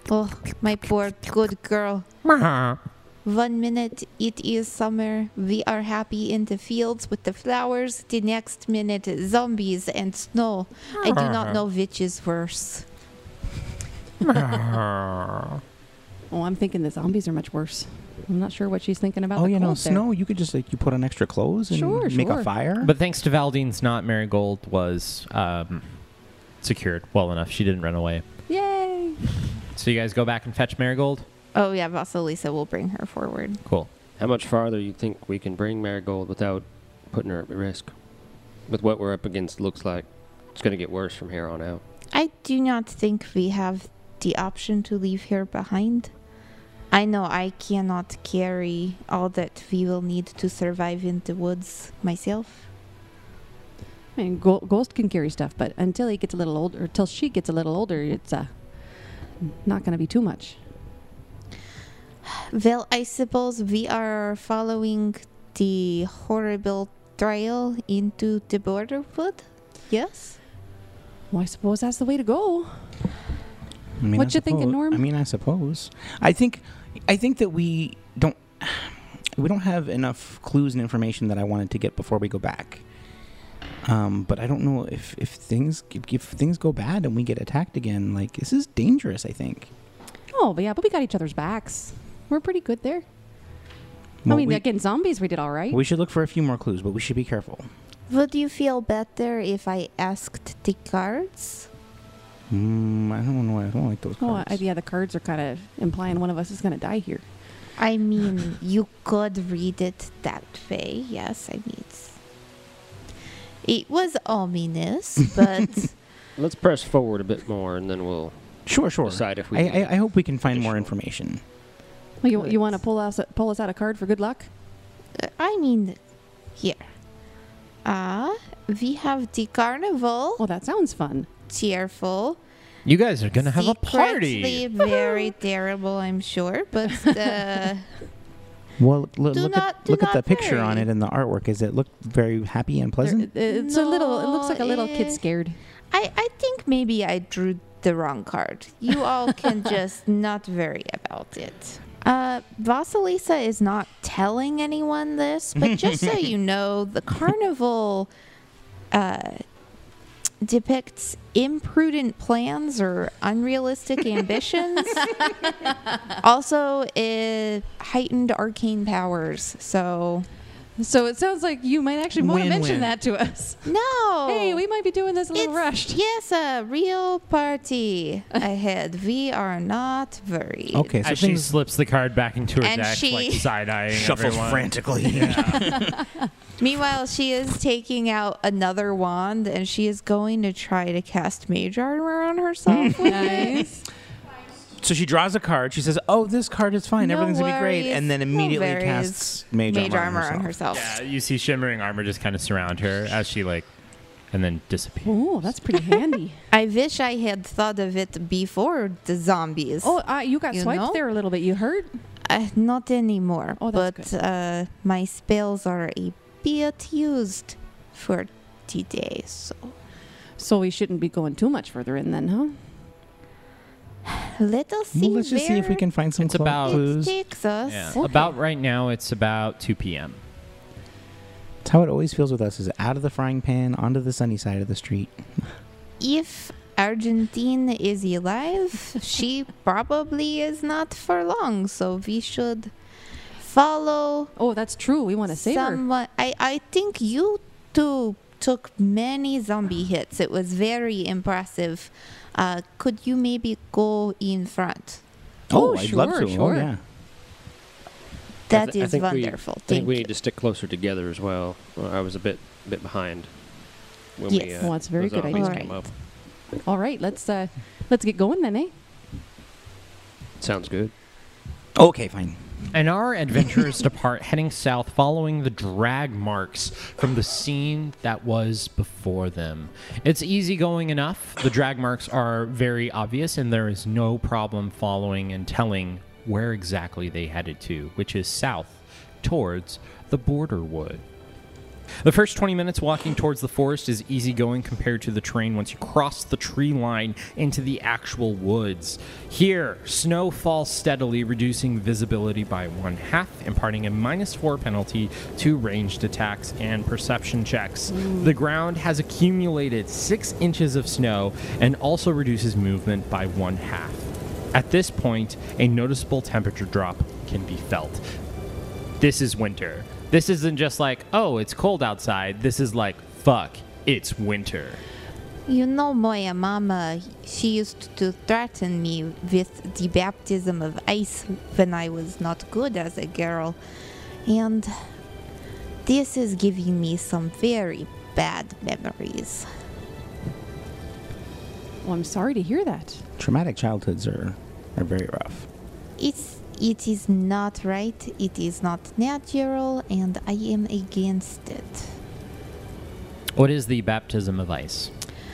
[SPEAKER 5] oh, my poor good girl. One minute it is summer, we are happy in the fields with the flowers, the next minute zombies and snow. I do not know which is worse.
[SPEAKER 1] Oh, I'm thinking the zombies are much worse. I'm not sure what she's thinking about.
[SPEAKER 2] oh,
[SPEAKER 1] the
[SPEAKER 2] you know,
[SPEAKER 1] cold there.
[SPEAKER 2] snow. You could just like you put on extra clothes and
[SPEAKER 1] Sure,
[SPEAKER 2] make
[SPEAKER 1] sure.
[SPEAKER 2] a fire.
[SPEAKER 3] But thanks to Valdine's knot, Marigold was um, secured well enough. She didn't run away.
[SPEAKER 1] Yay!
[SPEAKER 3] So you guys go back and fetch Marigold?
[SPEAKER 5] Oh yeah, Vasilisa will bring her forward.
[SPEAKER 3] Cool.
[SPEAKER 4] How much farther you think we can bring Marigold without putting her at risk? With what we're up against, looks like it's going to get worse from here on out.
[SPEAKER 5] I do not think we have the option to leave her behind. I know I cannot carry all that we will need to survive in the woods myself.
[SPEAKER 1] I mean, Go- Ghost can carry stuff, but until he gets a little older, until she gets a little older, it's uh, not going to be too much.
[SPEAKER 5] Well, I suppose we are following the horrible trail into the border wood. Yes?
[SPEAKER 1] Well, I suppose that's the way to go.
[SPEAKER 2] I mean,
[SPEAKER 1] What
[SPEAKER 2] I
[SPEAKER 1] you thinking,
[SPEAKER 2] suppo-
[SPEAKER 1] Norm?
[SPEAKER 2] I mean, I suppose. I think, I think that we don't, we don't have enough clues and information that I wanted to get before we go back. Um, but I don't know if if things if things go bad and we get attacked again, like this is dangerous. I think.
[SPEAKER 1] Oh, but yeah, but we got each other's backs. We're pretty good there. I
[SPEAKER 2] Well,
[SPEAKER 1] mean,
[SPEAKER 2] we,
[SPEAKER 1] again, zombies, we did all right.
[SPEAKER 2] we should look for a few more clues, but we should be careful.
[SPEAKER 5] Would you feel better if I asked the guards?
[SPEAKER 2] Mm, I don't know. I don't like those
[SPEAKER 1] oh,
[SPEAKER 2] cards.
[SPEAKER 1] I, yeah, the cards are kind of implying one of us is going to die here.
[SPEAKER 5] I mean, you could read it that way. Yes, I mean, it's- it was
[SPEAKER 3] [LAUGHS]
[SPEAKER 5] ominous, but
[SPEAKER 4] Let's press forward a bit more, and then we'll
[SPEAKER 2] sure, sure.
[SPEAKER 4] decide if we.
[SPEAKER 2] I, I I hope we can find more
[SPEAKER 4] Additional.
[SPEAKER 2] information.
[SPEAKER 1] Well, you, you want to pull us pull us out a card for good luck?
[SPEAKER 5] uh, I mean, here. Ah, we have the carnival.
[SPEAKER 1] Well, that sounds fun.
[SPEAKER 5] Cheerful.
[SPEAKER 3] You guys are going to have a party.
[SPEAKER 5] Secretly very terrible, I'm sure, but
[SPEAKER 3] [LAUGHS]
[SPEAKER 5] uh,
[SPEAKER 2] Well, l-
[SPEAKER 5] Do
[SPEAKER 2] look
[SPEAKER 5] not-
[SPEAKER 2] at
[SPEAKER 5] do
[SPEAKER 2] look at the
[SPEAKER 5] not
[SPEAKER 2] picture on
[SPEAKER 5] worry.
[SPEAKER 2] it and the artwork. Is it look very happy and
[SPEAKER 1] There-
[SPEAKER 2] pleasant?
[SPEAKER 1] it's a little. It looks like a little
[SPEAKER 5] No, eh.
[SPEAKER 1] kid scared.
[SPEAKER 5] I, I think maybe I drew the wrong card. You all [LAUGHS] can just not worry about it. Uh, Vasilisa is not telling anyone this, but just so [LAUGHS] you know, the carnival uh, depicts imprudent plans or unrealistic [LAUGHS] ambitions. also, it heightened arcane powers. So,
[SPEAKER 1] So it sounds like you might actually want to
[SPEAKER 2] Win-win.
[SPEAKER 1] mention that to us.
[SPEAKER 5] no.
[SPEAKER 1] Hey, we might be doing this a little
[SPEAKER 5] It's-
[SPEAKER 1] rushed. [LAUGHS]
[SPEAKER 5] Yes, a real party ahead. We are not worried.
[SPEAKER 2] Okay, so
[SPEAKER 3] As she
[SPEAKER 2] things-
[SPEAKER 3] slips the card back into her
[SPEAKER 5] And
[SPEAKER 3] deck,
[SPEAKER 5] she-
[SPEAKER 3] like side eyeing everyone.
[SPEAKER 2] frantically. [LAUGHS]
[SPEAKER 5] Meanwhile, she is taking out another wand and she is going to try to cast mage armor on
[SPEAKER 1] [LAUGHS]
[SPEAKER 5] herself. with it.
[SPEAKER 1] Nice.
[SPEAKER 2] so she draws a card. She says, "Oh, this card is fine.
[SPEAKER 5] No
[SPEAKER 2] Everything's gonna be great."
[SPEAKER 5] worries.
[SPEAKER 2] And then
[SPEAKER 5] No
[SPEAKER 2] immediately
[SPEAKER 5] worries.
[SPEAKER 2] casts mage,
[SPEAKER 5] Mage
[SPEAKER 2] armor, on herself.
[SPEAKER 5] herself.
[SPEAKER 3] Yeah, you see shimmering armor just kind of surround her as she like, and then disappears.
[SPEAKER 1] Oh, that's [LAUGHS] pretty handy.
[SPEAKER 5] I wish I had thought of it before the zombies.
[SPEAKER 1] Oh, uh, you got
[SPEAKER 5] You
[SPEAKER 1] swiped
[SPEAKER 5] know?
[SPEAKER 1] there a little bit. You heard?
[SPEAKER 5] Uh, not anymore.
[SPEAKER 1] Oh, that's
[SPEAKER 5] but uh, my spells are a bit used for today, so
[SPEAKER 1] So we shouldn't be going too much further in then, huh?
[SPEAKER 5] let us see.
[SPEAKER 2] well, let's just see if we
[SPEAKER 5] where
[SPEAKER 2] can find some
[SPEAKER 3] It's
[SPEAKER 2] clo-
[SPEAKER 3] about-
[SPEAKER 5] it
[SPEAKER 2] clues.
[SPEAKER 5] takes us.
[SPEAKER 3] Yeah. About right now, it's about 2 p.m.
[SPEAKER 2] That's how it always feels with us: is out of the frying pan, onto the sunny side of the street.
[SPEAKER 5] If Argentine is alive, she probably is not for long, so we should follow
[SPEAKER 1] Oh, that's true. We want to save her.
[SPEAKER 5] someone. I, I think you two took many zombie hits. It was very impressive. Uh, could you maybe go in front?
[SPEAKER 1] Oh,
[SPEAKER 2] I'd
[SPEAKER 1] sure,
[SPEAKER 2] love to.
[SPEAKER 1] sure.
[SPEAKER 2] Oh, yeah.
[SPEAKER 4] I
[SPEAKER 5] That
[SPEAKER 4] thi- I
[SPEAKER 5] is
[SPEAKER 4] think we- I
[SPEAKER 5] wonderful.
[SPEAKER 4] think
[SPEAKER 5] Thank
[SPEAKER 4] we
[SPEAKER 5] you.
[SPEAKER 4] need to stick closer together as well. Uh, I was a bit bit behind. When we,
[SPEAKER 5] Yes.
[SPEAKER 4] uh,
[SPEAKER 1] Well, that's a very
[SPEAKER 4] those
[SPEAKER 1] good
[SPEAKER 4] zombies
[SPEAKER 5] idea.
[SPEAKER 4] came up.
[SPEAKER 1] All right, let's uh, let's get going then, eh?
[SPEAKER 4] Sounds good.
[SPEAKER 2] Okay, fine.
[SPEAKER 3] And our adventurers depart, heading south, following the drag marks from the scene that was before them. It's easygoing enough. The drag marks are very obvious, and there is no problem following and telling where exactly they headed to, which is south towards the border wood. The first 20 minutes walking towards the forest is easygoing compared to the terrain once you cross the tree line into the actual woods. Here, snow falls steadily, reducing visibility by one half, imparting a minus four penalty to ranged attacks and perception checks. The ground has accumulated six inches of snow and also reduces movement by one half. At this point, a noticeable temperature drop can be felt this is winter. This isn't just like, oh, it's cold outside. This is like, fuck, it's winter.
[SPEAKER 5] You know, my mama, she used to threaten me with the baptism of ice when I was not good as a girl. And this is giving me some very bad memories.
[SPEAKER 1] Well, Oh, I'm sorry to hear that.
[SPEAKER 2] Traumatic childhoods are are very rough.
[SPEAKER 5] It's, it is not right, it is not natural, and I am against it.
[SPEAKER 3] What is the baptism of ice?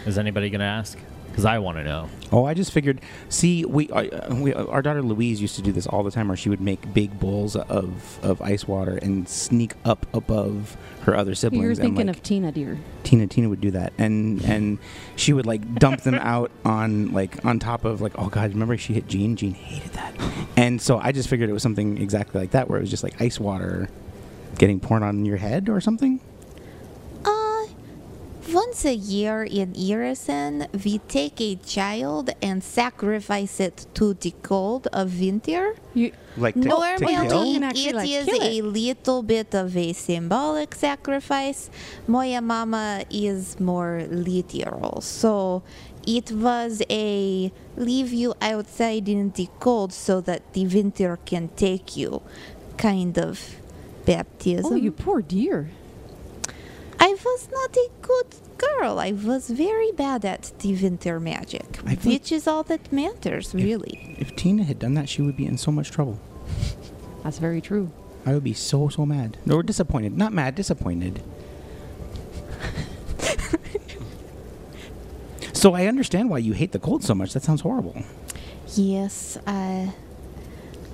[SPEAKER 3] Is anybody going to ask? Because I want to know.
[SPEAKER 2] Oh, I just figured. See, we, I, uh, we our daughter Louise used to do this all the time, where she would make big bowls of, of ice water and sneak up above her other siblings.
[SPEAKER 1] You're
[SPEAKER 2] and,
[SPEAKER 1] thinking
[SPEAKER 2] like,
[SPEAKER 1] of Tina, dear.
[SPEAKER 2] Tina. Tina would do that,
[SPEAKER 1] [LAUGHS]
[SPEAKER 2] and and she would like dump them out on like on top of like. Oh God, remember she hit Jean? Jean hated that, and so I just figured it was something exactly like that, where it was just like ice water getting poured on your head or something.
[SPEAKER 5] Uh, once a year in Irison, we take a child and sacrifice it to the cold of winter.
[SPEAKER 1] You,
[SPEAKER 2] Like to,
[SPEAKER 5] Normally,
[SPEAKER 2] to
[SPEAKER 1] Well,
[SPEAKER 2] kill?
[SPEAKER 1] you can
[SPEAKER 5] it
[SPEAKER 1] actually,
[SPEAKER 5] is
[SPEAKER 1] like, kill
[SPEAKER 5] a
[SPEAKER 1] it.
[SPEAKER 5] little bit of a symbolic sacrifice. Moya Mama is more literal, so it was a leave you outside in the cold so that the winter can take you, kind of baptism.
[SPEAKER 1] oh, you poor dear.
[SPEAKER 5] I was not a good girl. I was very bad at the winter magic,
[SPEAKER 2] I think-
[SPEAKER 5] which is all that matters, really.
[SPEAKER 2] If Tina had done that, she would be in so much trouble.
[SPEAKER 1] That's very true.
[SPEAKER 2] I would be so so mad. Or disappointed. Not mad, disappointed. [LAUGHS] so I understand why you hate the cold so much. That sounds horrible.
[SPEAKER 5] Yes, uh,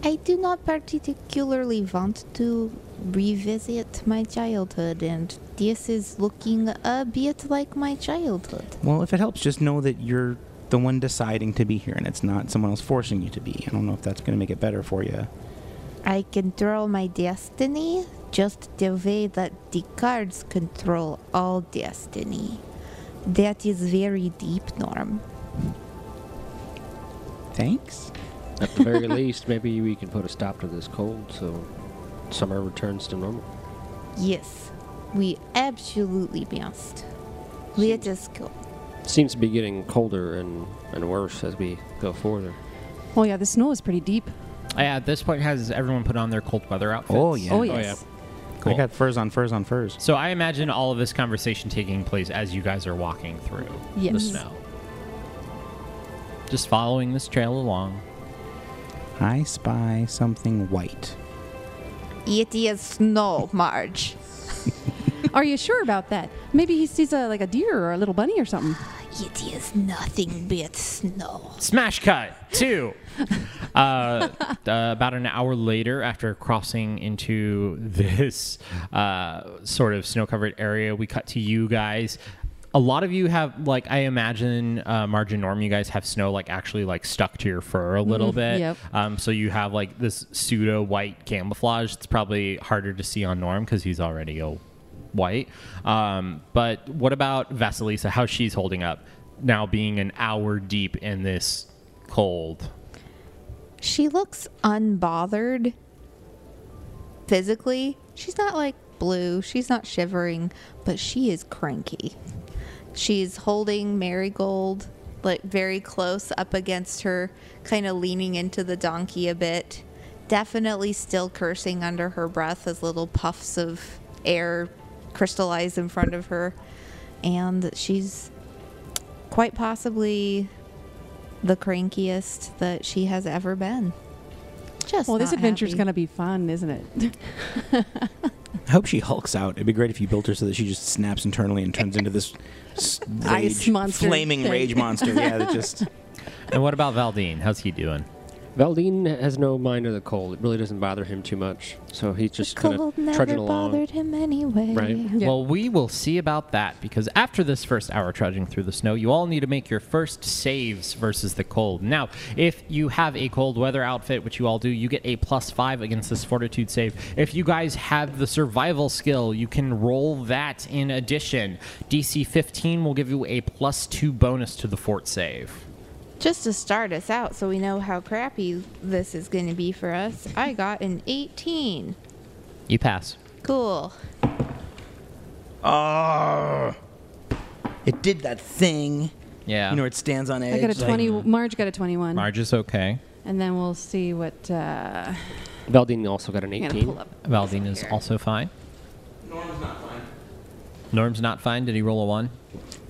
[SPEAKER 5] I do not particularly want to revisit my childhood, and this is looking a bit like my childhood.
[SPEAKER 2] Well, if it helps, just know that you're the one deciding to be here and it's not someone else forcing you to be. I don't know if that's going to make it better for you.
[SPEAKER 5] I control my destiny just the way that the cards control all destiny. That is very deep, Norm.
[SPEAKER 2] Thanks.
[SPEAKER 4] At the very [LAUGHS] least, maybe we can put a stop to this cold so summer returns to normal.
[SPEAKER 5] Yes, we absolutely must. Let us go.
[SPEAKER 4] Seems to be getting colder and, and worse as we go further.
[SPEAKER 1] Oh yeah, the snow is pretty deep.
[SPEAKER 3] Yeah, at this point, has everyone put on their cold weather outfits?
[SPEAKER 2] Oh, yeah.
[SPEAKER 1] Oh
[SPEAKER 2] Oh,
[SPEAKER 1] yes.
[SPEAKER 3] Cool.
[SPEAKER 2] I got furs on furs on furs.
[SPEAKER 3] So I imagine all of this conversation taking place as you guys are walking through the
[SPEAKER 1] Yes.
[SPEAKER 3] snow. Just following this trail along.
[SPEAKER 2] I spy something white.
[SPEAKER 5] It is snow, Marge.
[SPEAKER 1] Are you sure about that? Maybe he sees a like a deer or a little bunny or something.
[SPEAKER 5] It is nothing but snow.
[SPEAKER 3] Smash cut two. uh, uh, about an hour later, after crossing into [LAUGHS] this uh, sort of snow-covered area, we cut to you guys. A lot of you have, like, I imagine, uh, Marge and Norm, you guys have snow, like, actually, like, stuck to your fur a little bit.
[SPEAKER 1] yep.
[SPEAKER 3] Um, so you have, like, this pseudo-white camouflage. It's probably harder to see on Norm because he's already a white. Um, but what about Vasilisa? How she's holding up now, being an hour deep in this cold?
[SPEAKER 5] She looks unbothered physically. She's not like blue, she's not shivering, but she is cranky. She's holding Marigold like very close up against her, kind of leaning into the donkey a bit. Definitely still cursing under her breath as little puffs of air crystallize in front of her. And she's quite possibly the crankiest that she has ever been. Just
[SPEAKER 1] Well, this
[SPEAKER 5] not
[SPEAKER 1] adventure's
[SPEAKER 5] happy.
[SPEAKER 1] going to be fun, isn't it? [LAUGHS]
[SPEAKER 2] I hope she hulks out. It'd be great if you built her so that she just snaps internally and turns into this s- [LAUGHS]
[SPEAKER 1] Ice
[SPEAKER 2] rage-
[SPEAKER 1] monster
[SPEAKER 2] flaming
[SPEAKER 1] thing.
[SPEAKER 2] rage monster. Yeah, that just
[SPEAKER 3] And what about Valdine? How's he doing?
[SPEAKER 4] Valdine has no mind of the cold. It really doesn't bother him too much. So he's just kind
[SPEAKER 5] Cold
[SPEAKER 4] of
[SPEAKER 5] never
[SPEAKER 4] trudging along.
[SPEAKER 5] bothered him anyway.
[SPEAKER 4] Right.
[SPEAKER 1] Yeah.
[SPEAKER 3] Well, we will see about that because after this first hour trudging through the snow, you all need to make your first saves versus the cold. Now, if you have a cold weather outfit, which you all do, you get a plus five against this fortitude save. If you guys have the survival skill, you can roll that in addition. DC 15 will give you a plus two bonus to the fort save.
[SPEAKER 5] Just to start us out so we know how crappy this is going to be for us, I got an 18.
[SPEAKER 3] You pass.
[SPEAKER 5] Cool.
[SPEAKER 2] oh, [LAUGHS] it did that thing.
[SPEAKER 3] Yeah.
[SPEAKER 2] You know, where it stands on edge.
[SPEAKER 1] I got a
[SPEAKER 2] like-
[SPEAKER 1] 20. Marge got a 21.
[SPEAKER 3] Marge is okay.
[SPEAKER 1] And then we'll see what. Uh,
[SPEAKER 4] Valdine also got an
[SPEAKER 1] I'm
[SPEAKER 4] 18.
[SPEAKER 1] going to pull up.
[SPEAKER 3] Valdine is also fine. Norm's not fine. Did he roll a one?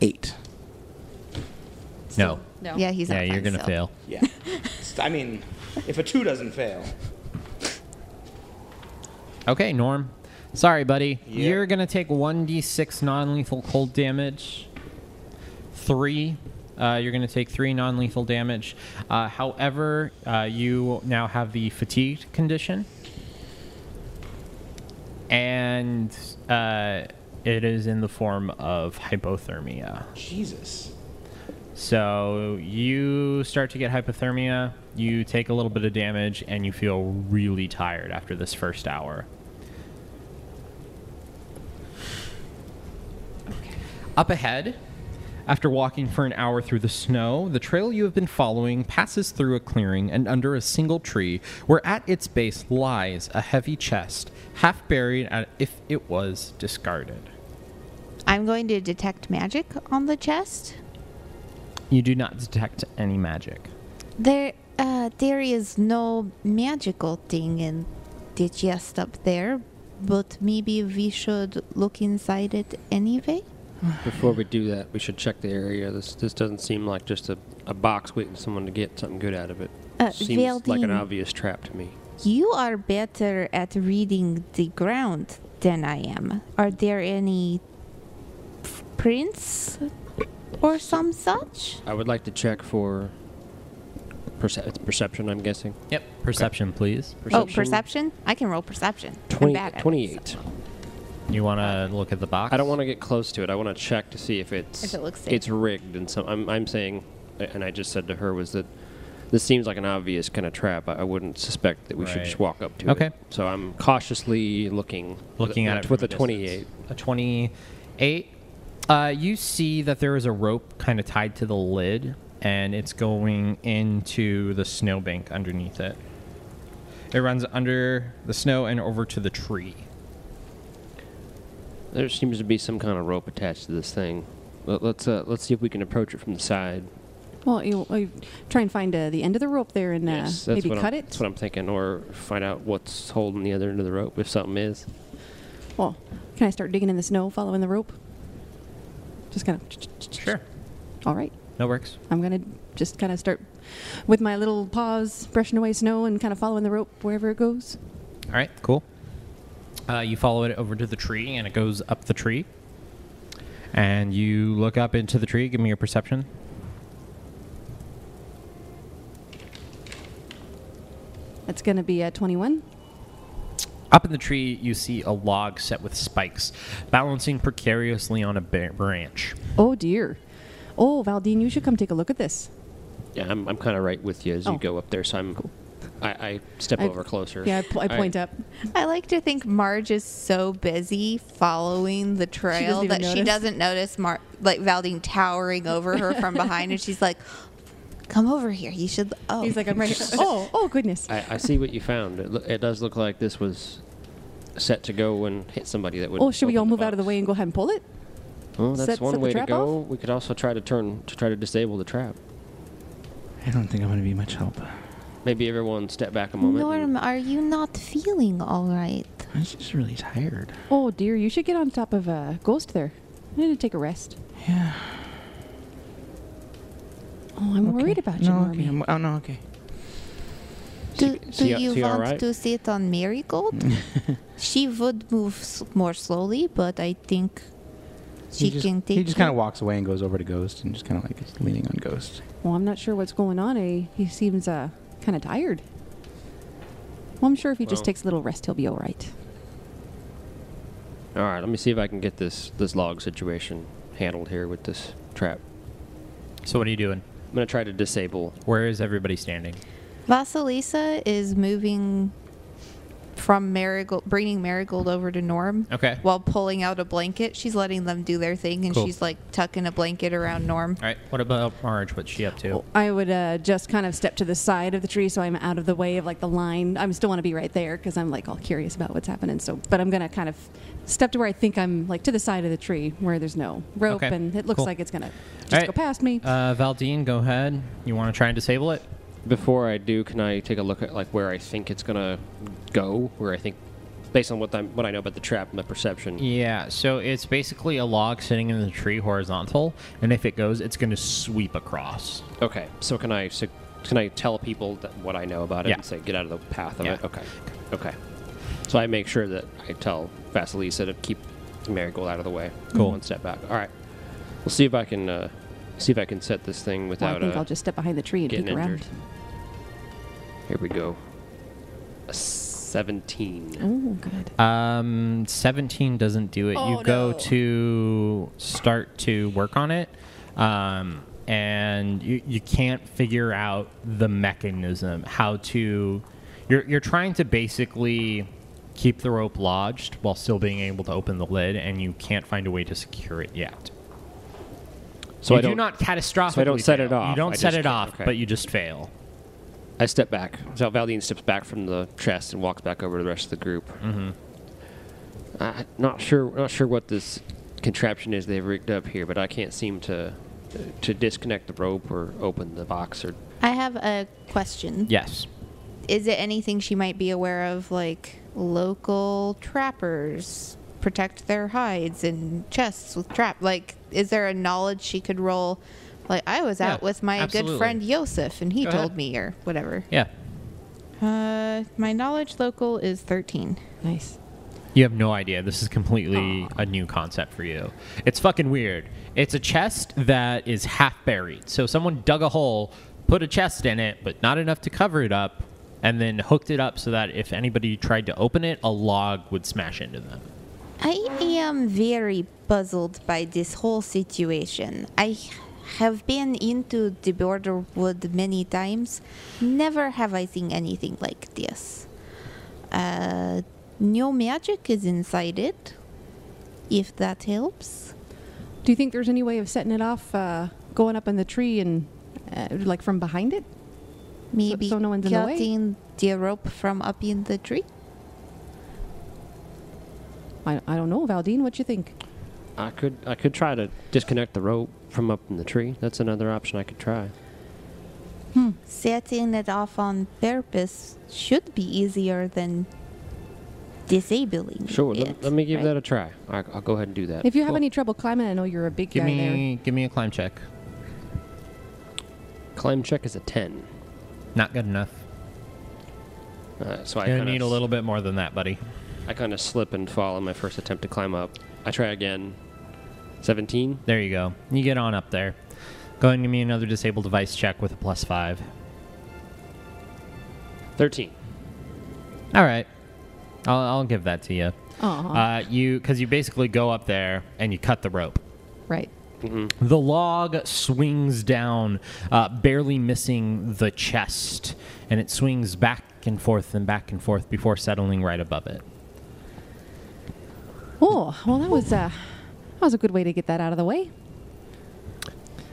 [SPEAKER 2] eight.
[SPEAKER 3] No.
[SPEAKER 1] No.
[SPEAKER 5] Yeah, he's
[SPEAKER 3] yeah,
[SPEAKER 5] on
[SPEAKER 3] you're
[SPEAKER 5] fire
[SPEAKER 3] gonna
[SPEAKER 5] still.
[SPEAKER 3] fail.
[SPEAKER 2] Yeah. I mean, if a two doesn't fail.
[SPEAKER 3] Okay, Norm. Sorry, buddy.
[SPEAKER 2] Yeah.
[SPEAKER 3] You're gonna take one d6 non-lethal cold damage. Three. Uh, you're gonna take three non-lethal damage. Uh, however, uh, you now have the fatigued condition, and uh, it is in the form of hypothermia.
[SPEAKER 2] Jesus.
[SPEAKER 3] So you start to get hypothermia, you take a little bit of damage, and you feel really tired after this first hour. Up ahead, after walking for an hour through the snow, the trail you have been following passes through a clearing and under a single tree, where at its base lies a heavy chest, half buried as if it was discarded.
[SPEAKER 5] I'm going to detect magic on the chest.
[SPEAKER 3] You do not detect any magic.
[SPEAKER 5] There, uh, there is no magical thing in the chest up there, but maybe we should look inside it anyway.
[SPEAKER 4] Before we do that, we should check the area. This this doesn't seem like just a, a box waiting for someone to get something good out of it.
[SPEAKER 5] Uh,
[SPEAKER 4] Seems like an
[SPEAKER 5] Valdine.
[SPEAKER 4] obvious trap to me.
[SPEAKER 5] You are better at reading the ground than I am. Are there any f- prints or some such?
[SPEAKER 4] I would like to check for perce- it's perception, I'm guessing.
[SPEAKER 3] Yep. Perception, please.
[SPEAKER 5] Oh, perception! I can roll perception. I'm
[SPEAKER 4] 20
[SPEAKER 5] bad at it,
[SPEAKER 4] 28.
[SPEAKER 5] so-
[SPEAKER 3] You want to look at the box?
[SPEAKER 4] I don't want to get close to it. I want to check to see if it's
[SPEAKER 5] If it looks safe.
[SPEAKER 4] it's rigged. And so I'm I'm saying, and I just said to her was that this seems like an obvious kind of trap. I, I wouldn't suspect that we should
[SPEAKER 3] Right.
[SPEAKER 4] just walk up to it.
[SPEAKER 3] Okay.
[SPEAKER 4] So I'm cautiously looking
[SPEAKER 3] looking
[SPEAKER 4] with,
[SPEAKER 3] at it
[SPEAKER 4] with a
[SPEAKER 3] from
[SPEAKER 4] 28.
[SPEAKER 3] distance. A 28. Uh, you see that there is a rope kind of tied to the lid, and it's going into the snowbank underneath it. It runs under the snow and over to the tree.
[SPEAKER 4] There seems to be some kind of rope attached to this thing. Let, let's uh, let's see if we can approach it from the side.
[SPEAKER 1] Well, you, well, you try and find uh, the end of the rope there and uh,
[SPEAKER 4] Yes, that's
[SPEAKER 1] maybe
[SPEAKER 4] what
[SPEAKER 1] cut
[SPEAKER 4] I'm,
[SPEAKER 1] it.
[SPEAKER 4] That's what I'm thinking, or find out what's holding the other end of the rope if something is.
[SPEAKER 1] Well, can I start digging in the snow following the rope? Just kind of. All right.
[SPEAKER 3] That works.
[SPEAKER 1] I'm going to just kind of start with my little paws brushing away snow and kind of following the rope wherever it goes.
[SPEAKER 3] All right, cool. Uh, you follow it over to the tree, and it goes up the tree. And you look up into the tree. Give me your perception.
[SPEAKER 1] That's going to be at 21.
[SPEAKER 3] Up in the tree, you see a log set with spikes, balancing precariously on a ba- branch.
[SPEAKER 1] Oh, dear. Oh, Valdine, you should come take a look at this.
[SPEAKER 4] Yeah, I'm, I'm kind of right with you as
[SPEAKER 1] Oh.
[SPEAKER 4] you go up there, so I'm I, I step
[SPEAKER 1] I-
[SPEAKER 4] over closer.
[SPEAKER 1] Yeah, I, po- I
[SPEAKER 4] I-
[SPEAKER 1] point up.
[SPEAKER 5] I like to think Marge is so busy following the trail
[SPEAKER 1] even
[SPEAKER 5] that she
[SPEAKER 1] notice.
[SPEAKER 5] doesn't notice Mar- like Valdine towering over her
[SPEAKER 1] [LAUGHS]
[SPEAKER 5] from behind, and she's like, "Come over here. You should." Oh,
[SPEAKER 1] He's like, I'm right here. [LAUGHS] Oh, oh goodness.
[SPEAKER 4] I, I see what you found. It, lo- it does look like this was set to go and hit somebody that would.
[SPEAKER 1] Oh, should we
[SPEAKER 4] open
[SPEAKER 1] all move out of the
[SPEAKER 4] box.
[SPEAKER 1] way and go ahead and pull it?
[SPEAKER 4] Well, that's
[SPEAKER 1] Set-
[SPEAKER 4] one
[SPEAKER 1] set the
[SPEAKER 4] way to
[SPEAKER 1] trap
[SPEAKER 4] go. We could also try to turn to try to disable the trap.
[SPEAKER 2] I don't think I'm going to be much help.
[SPEAKER 4] Maybe everyone step back a moment. and-
[SPEAKER 5] [LAUGHS] Norm, are you not feeling all right?
[SPEAKER 2] I'm just really tired.
[SPEAKER 1] Oh dear, you should get on top of a ghost there. I need to take a rest.
[SPEAKER 2] Yeah.
[SPEAKER 1] Oh, I'm worried about you,
[SPEAKER 2] no,
[SPEAKER 1] Normie.
[SPEAKER 2] okay. I'm- oh, no, okay.
[SPEAKER 5] Do, do
[SPEAKER 4] see-
[SPEAKER 5] you
[SPEAKER 4] see all
[SPEAKER 5] want
[SPEAKER 4] right?
[SPEAKER 5] to sit
[SPEAKER 2] [LAUGHS]
[SPEAKER 5] on Marigold? she would move s- more slowly, but I think she
[SPEAKER 2] he just,
[SPEAKER 5] can take.
[SPEAKER 2] He just kind of walks away and goes over to Ghost and just kind of like is leaning on Ghost.
[SPEAKER 1] Well, I'm not sure what's going on. Eh? He seems uh, kind of tired. Well, I'm sure if he
[SPEAKER 4] Well-
[SPEAKER 1] just takes a little rest, he'll be all right.
[SPEAKER 4] All right, let me see if I can get this this log situation handled here with this trap.
[SPEAKER 3] So what are you doing?
[SPEAKER 4] I'm gonna try to disable.
[SPEAKER 3] Where is everybody standing?
[SPEAKER 5] Vasilisa is moving from Marigold, bringing Marigold over to Norm.
[SPEAKER 3] Okay. All
[SPEAKER 5] While pulling out a blanket, she's letting them do their thing, and
[SPEAKER 3] Cool.
[SPEAKER 5] she's like tucking a blanket around Norm.
[SPEAKER 3] right. What about Marge? What's she up to?
[SPEAKER 1] I would uh, just kind of step to the side of the tree so I'm out of the way of like the line. I still want to be right there because I'm like all curious about what's happening. So, but I'm gonna kind of step to where I think I'm like to the side of the tree where there's no rope
[SPEAKER 3] Okay,
[SPEAKER 1] and it looks
[SPEAKER 3] cool.
[SPEAKER 1] like it's gonna just
[SPEAKER 3] Alright.
[SPEAKER 1] go past me.
[SPEAKER 3] Uh, Valdine, go ahead. You want to try and disable it?
[SPEAKER 4] Before I do, can I take a look at like where I think it's gonna go? Where I think, based on what I'm, what I know about the trap and my perception.
[SPEAKER 3] Yeah. So it's basically a log sitting in the tree horizontal, and if it goes, it's going to sweep across.
[SPEAKER 4] Okay, so can I su- can I tell people that what I know about it
[SPEAKER 3] Yeah.
[SPEAKER 4] and say get out of the path of
[SPEAKER 3] Yeah.
[SPEAKER 4] it? Okay, okay. So I make sure that I tell Vasilisa to keep the marigold out of the way.
[SPEAKER 3] Cool.
[SPEAKER 4] One step back. All right. We'll see if I can uh, see if I can set this thing
[SPEAKER 1] Well, I
[SPEAKER 4] without.
[SPEAKER 1] think
[SPEAKER 4] uh,
[SPEAKER 1] I'll just step behind the tree and
[SPEAKER 4] getting
[SPEAKER 1] peek around.
[SPEAKER 4] injured. Here we go. A seventeen.
[SPEAKER 1] Oh, good.
[SPEAKER 3] Um, 17 doesn't do it.
[SPEAKER 1] Oh,
[SPEAKER 3] you go
[SPEAKER 1] no.
[SPEAKER 3] to start to work on it, um, and you, you can't figure out the mechanism, how to. You're, you're trying to basically keep the rope lodged while still being able to open the lid, and you can't find a way to secure it yet.
[SPEAKER 4] So
[SPEAKER 3] you
[SPEAKER 4] I don't.
[SPEAKER 3] do not catastrophically.
[SPEAKER 4] so I don't set
[SPEAKER 3] fail.
[SPEAKER 4] it off,
[SPEAKER 3] You don't
[SPEAKER 4] I
[SPEAKER 3] set
[SPEAKER 4] just
[SPEAKER 3] it
[SPEAKER 4] can't-
[SPEAKER 3] off,
[SPEAKER 4] okay.
[SPEAKER 3] but you just fail.
[SPEAKER 4] I step back. So Valdine steps back from the chest and walks back over to the rest of the group. Mm-hmm. I, not sure. Not sure what this contraption is they've rigged up here, but I can't seem to to disconnect the rope or open the box or.
[SPEAKER 5] I have a question.
[SPEAKER 3] Yes.
[SPEAKER 5] Is it anything she might be aware of, like local trappers protect their hides and chests with trap? Like, is there a knowledge she could roll? Like, I was out
[SPEAKER 3] Yeah,
[SPEAKER 5] with my
[SPEAKER 3] absolutely.
[SPEAKER 5] good friend Yosef, and he
[SPEAKER 3] Go ahead.
[SPEAKER 5] told me, or whatever.
[SPEAKER 3] Yeah.
[SPEAKER 5] Uh, my knowledge local is thirteen.
[SPEAKER 1] Nice.
[SPEAKER 3] You have no idea. This is completely a new concept for you. It's fucking weird. It's a chest that is half buried. So someone dug a hole, put a chest in it, but not enough to cover it up, and then hooked it up so that if anybody tried to open it, a log would smash into them.
[SPEAKER 5] I am very puzzled by this whole situation. I have been into the borderwood many times. Never have I seen anything like this. Uh, no magic is inside it, if that helps.
[SPEAKER 1] Do you think there's any way of setting it off, uh, going up in the tree and uh, like from behind it?
[SPEAKER 5] Maybe
[SPEAKER 1] so no one's in the way?
[SPEAKER 5] cutting the rope from up in the tree.
[SPEAKER 1] I, I don't know, Valdine. What you think?
[SPEAKER 4] I could. I could try to disconnect the rope from up in the tree. That's another option I could try.
[SPEAKER 5] Setting it off on purpose should be easier than disabling
[SPEAKER 4] Sure.
[SPEAKER 5] it.
[SPEAKER 4] Let, let me give
[SPEAKER 5] right?
[SPEAKER 4] that a try. I, I'll go ahead and do that.
[SPEAKER 1] If you have
[SPEAKER 4] Uh, Cool.
[SPEAKER 1] any trouble climbing, I know you're a big
[SPEAKER 3] Give
[SPEAKER 1] guy
[SPEAKER 3] me give me a climb check.
[SPEAKER 4] climb check is a ten.
[SPEAKER 3] Not good enough.
[SPEAKER 4] Uh, so I
[SPEAKER 3] You
[SPEAKER 4] kinda
[SPEAKER 3] need a little bit more than that, buddy.
[SPEAKER 4] I kind of slip and fall on my first attempt to climb up. I try again. 17.
[SPEAKER 3] There you go. You get on up there. Go ahead and give me another disabled device check with a plus five.
[SPEAKER 4] 13.
[SPEAKER 3] All right. I'll, I'll give that to you.
[SPEAKER 1] there. Aw,
[SPEAKER 3] Uh, you because you basically go up there and you cut the rope.
[SPEAKER 1] right.
[SPEAKER 3] The log swings down, uh, barely missing the chest, and it swings back back and forth and back and forth before settling right above it.
[SPEAKER 1] Oh, well, that was, uh, that was a good way to get that out of the way.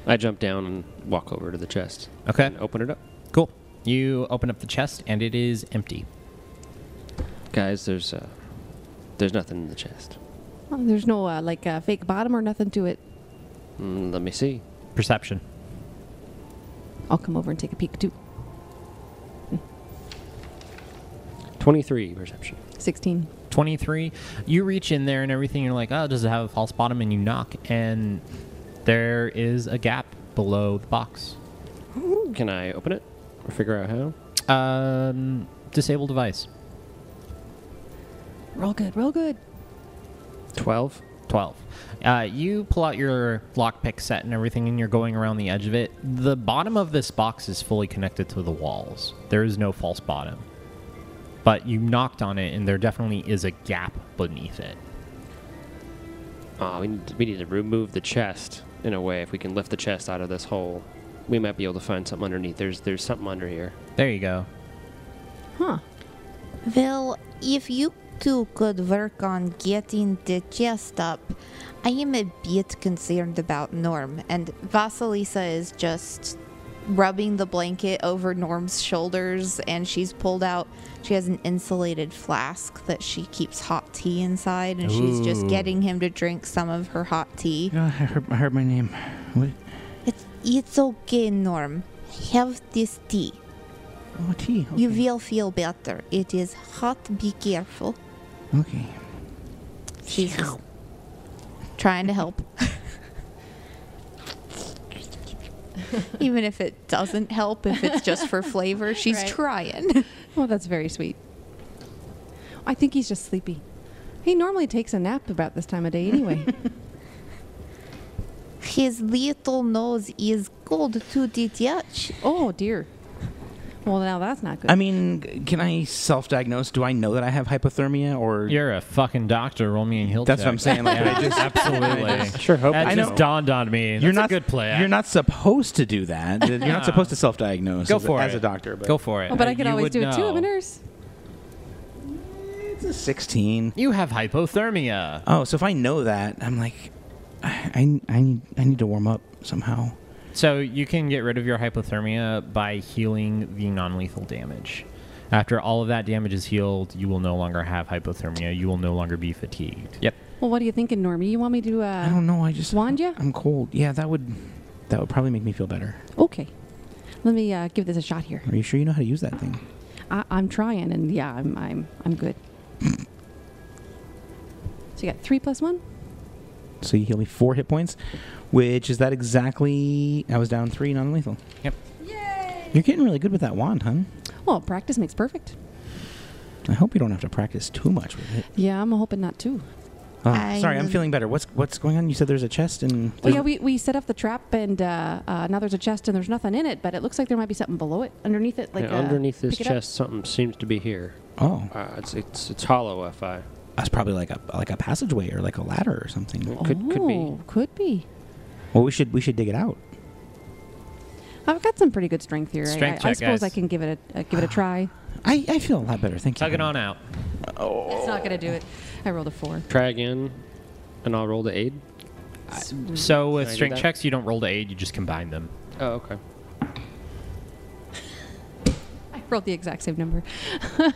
[SPEAKER 4] I jump down and walk over to the chest.
[SPEAKER 3] Okay.
[SPEAKER 4] And open it up.
[SPEAKER 3] Cool. You open up the chest and it is empty.
[SPEAKER 4] Guys, there's uh, there's nothing in the chest.
[SPEAKER 1] Oh, there's no uh, like uh, fake bottom or nothing to it.
[SPEAKER 4] Mm, let me see.
[SPEAKER 3] Perception.
[SPEAKER 1] I'll come over and take a peek too.
[SPEAKER 4] 23 perception.
[SPEAKER 1] 16.
[SPEAKER 3] 23. You reach in there and everything. You're like, oh, does it have a false bottom? And you knock, and there is a gap below the box.
[SPEAKER 4] Can I open it or figure out how?
[SPEAKER 3] Um, disable device.
[SPEAKER 1] Real good, real good.
[SPEAKER 4] 12.
[SPEAKER 3] 12. Uh, you pull out your lockpick set and everything, and you're going around the edge of it. The bottom of this box is fully connected to the walls. There is no false bottom. But you knocked on it, and there definitely is a gap beneath it.
[SPEAKER 4] Ah, we, need to, we need to remove the chest in a way. If we can lift the chest out of this hole, we might be able to find something underneath. There's there's something under here.
[SPEAKER 3] There you go.
[SPEAKER 1] Huh.
[SPEAKER 5] Well, if you two could work on getting the chest up, I am a bit concerned about Norm, and Vasilisa is just rubbing the blanket over Norm's shoulders, and she's pulled out. She has an insulated flask that she keeps hot tea inside, and she's just
[SPEAKER 3] Ooh.
[SPEAKER 5] getting him to drink some of her hot tea.
[SPEAKER 2] Oh, I, heard, I heard my name. What?
[SPEAKER 5] It's, it's okay, Norm. Have this tea.
[SPEAKER 2] Oh, tea.
[SPEAKER 5] You will feel better. It is hot. Be careful.
[SPEAKER 2] Okay.
[SPEAKER 5] She's trying to help. [LAUGHS] Even if it doesn't help, if it's just for [LAUGHS] flavor, she's
[SPEAKER 1] Right.
[SPEAKER 5] trying.
[SPEAKER 1] Well, that's very sweet. I think he's just sleepy. He normally takes a nap about this time of day [LAUGHS] anyway.
[SPEAKER 5] His little nose is cold to the touch.
[SPEAKER 1] oh, dear. Well, now that's not good.
[SPEAKER 2] I mean, g- can I self-diagnose? Do I know that I have hypothermia, or
[SPEAKER 3] You're a fucking doctor. Roll me and he'll.
[SPEAKER 2] That's what I'm saying, like,
[SPEAKER 3] [LAUGHS] yeah,
[SPEAKER 2] I just- I
[SPEAKER 3] absolutely.
[SPEAKER 2] just-
[SPEAKER 4] Sure hope
[SPEAKER 3] That
[SPEAKER 2] I
[SPEAKER 3] just
[SPEAKER 2] know.
[SPEAKER 3] dawned on me. That's
[SPEAKER 2] you're not
[SPEAKER 3] a good play.
[SPEAKER 2] You're not supposed to do that.
[SPEAKER 3] [LAUGHS]
[SPEAKER 2] You're
[SPEAKER 3] Yeah.
[SPEAKER 2] not supposed to self-diagnose.
[SPEAKER 3] Go
[SPEAKER 2] as, a-
[SPEAKER 3] for
[SPEAKER 2] as
[SPEAKER 3] it.
[SPEAKER 2] a doctor. But
[SPEAKER 3] Go for it.
[SPEAKER 1] oh, but I could
[SPEAKER 3] You
[SPEAKER 1] always
[SPEAKER 3] would
[SPEAKER 1] do it too.
[SPEAKER 3] know.
[SPEAKER 1] I'm a nurse.
[SPEAKER 2] It's a 16.
[SPEAKER 3] You have hypothermia.
[SPEAKER 2] Oh, so if I know that, I'm like, I, I, I need I need to warm up somehow.
[SPEAKER 3] So you can get rid of your hypothermia by healing the non-lethal damage. After all of that damage is healed, you will no longer have hypothermia. You will no longer be fatigued. Yep.
[SPEAKER 1] Well, what are you thinking, Normie? You want me to.
[SPEAKER 2] I
[SPEAKER 1] Uh,
[SPEAKER 2] don't know. I just
[SPEAKER 1] wand ya?
[SPEAKER 2] I'm cold. Yeah, that would that would probably make me feel better.
[SPEAKER 1] okay. Let me uh, give this a shot here.
[SPEAKER 2] Are you sure you know how to use that thing?
[SPEAKER 1] I, I'm trying, and yeah, I'm, I'm, I'm good. so you got three plus one?
[SPEAKER 2] So you heal me four hit points, which is that exactly? I was down three non-lethal.
[SPEAKER 3] Yep.
[SPEAKER 2] You're getting really good with that wand, huh?
[SPEAKER 1] Well, practice makes perfect.
[SPEAKER 2] I hope you don't have to practice too much with it.
[SPEAKER 1] Yeah, I'm hoping not to.
[SPEAKER 2] Oh,
[SPEAKER 5] I
[SPEAKER 2] sorry, I'm
[SPEAKER 5] will-
[SPEAKER 2] feeling better. What's what's going on? You said there's a chest and
[SPEAKER 1] Well, yeah, we, we set up the trap, and uh, uh, now there's a chest, and there's nothing in it, but it looks like there might be something below it, underneath it. Like
[SPEAKER 4] Yeah,
[SPEAKER 1] uh,
[SPEAKER 4] underneath this
[SPEAKER 1] pick it up.
[SPEAKER 4] chest, something seems to be here.
[SPEAKER 2] oh,
[SPEAKER 4] Uh, it's, it's it's hollow. If I
[SPEAKER 2] that's probably like a like a passageway or like a ladder or something.
[SPEAKER 4] could could be.
[SPEAKER 1] Oh, could be.
[SPEAKER 2] Well, we should we should dig it out.
[SPEAKER 1] I've got some pretty good strength here. I-
[SPEAKER 3] Strength
[SPEAKER 1] I, I,
[SPEAKER 3] check,
[SPEAKER 1] suppose I
[SPEAKER 3] guys.
[SPEAKER 1] can give it a uh, give it a try.
[SPEAKER 2] I, I feel a lot better. Thank
[SPEAKER 3] Tug
[SPEAKER 2] you.
[SPEAKER 3] it on out.
[SPEAKER 1] It's not gonna do it. I rolled a four.
[SPEAKER 4] Try again, and I'll roll to aid.
[SPEAKER 3] So
[SPEAKER 4] Can Mm-hmm. I
[SPEAKER 3] with
[SPEAKER 4] do
[SPEAKER 3] strength
[SPEAKER 4] that?
[SPEAKER 3] checks, you don't roll to aid. You just combine them.
[SPEAKER 4] Oh, okay.
[SPEAKER 1] I rolled the exact same number.
[SPEAKER 3] But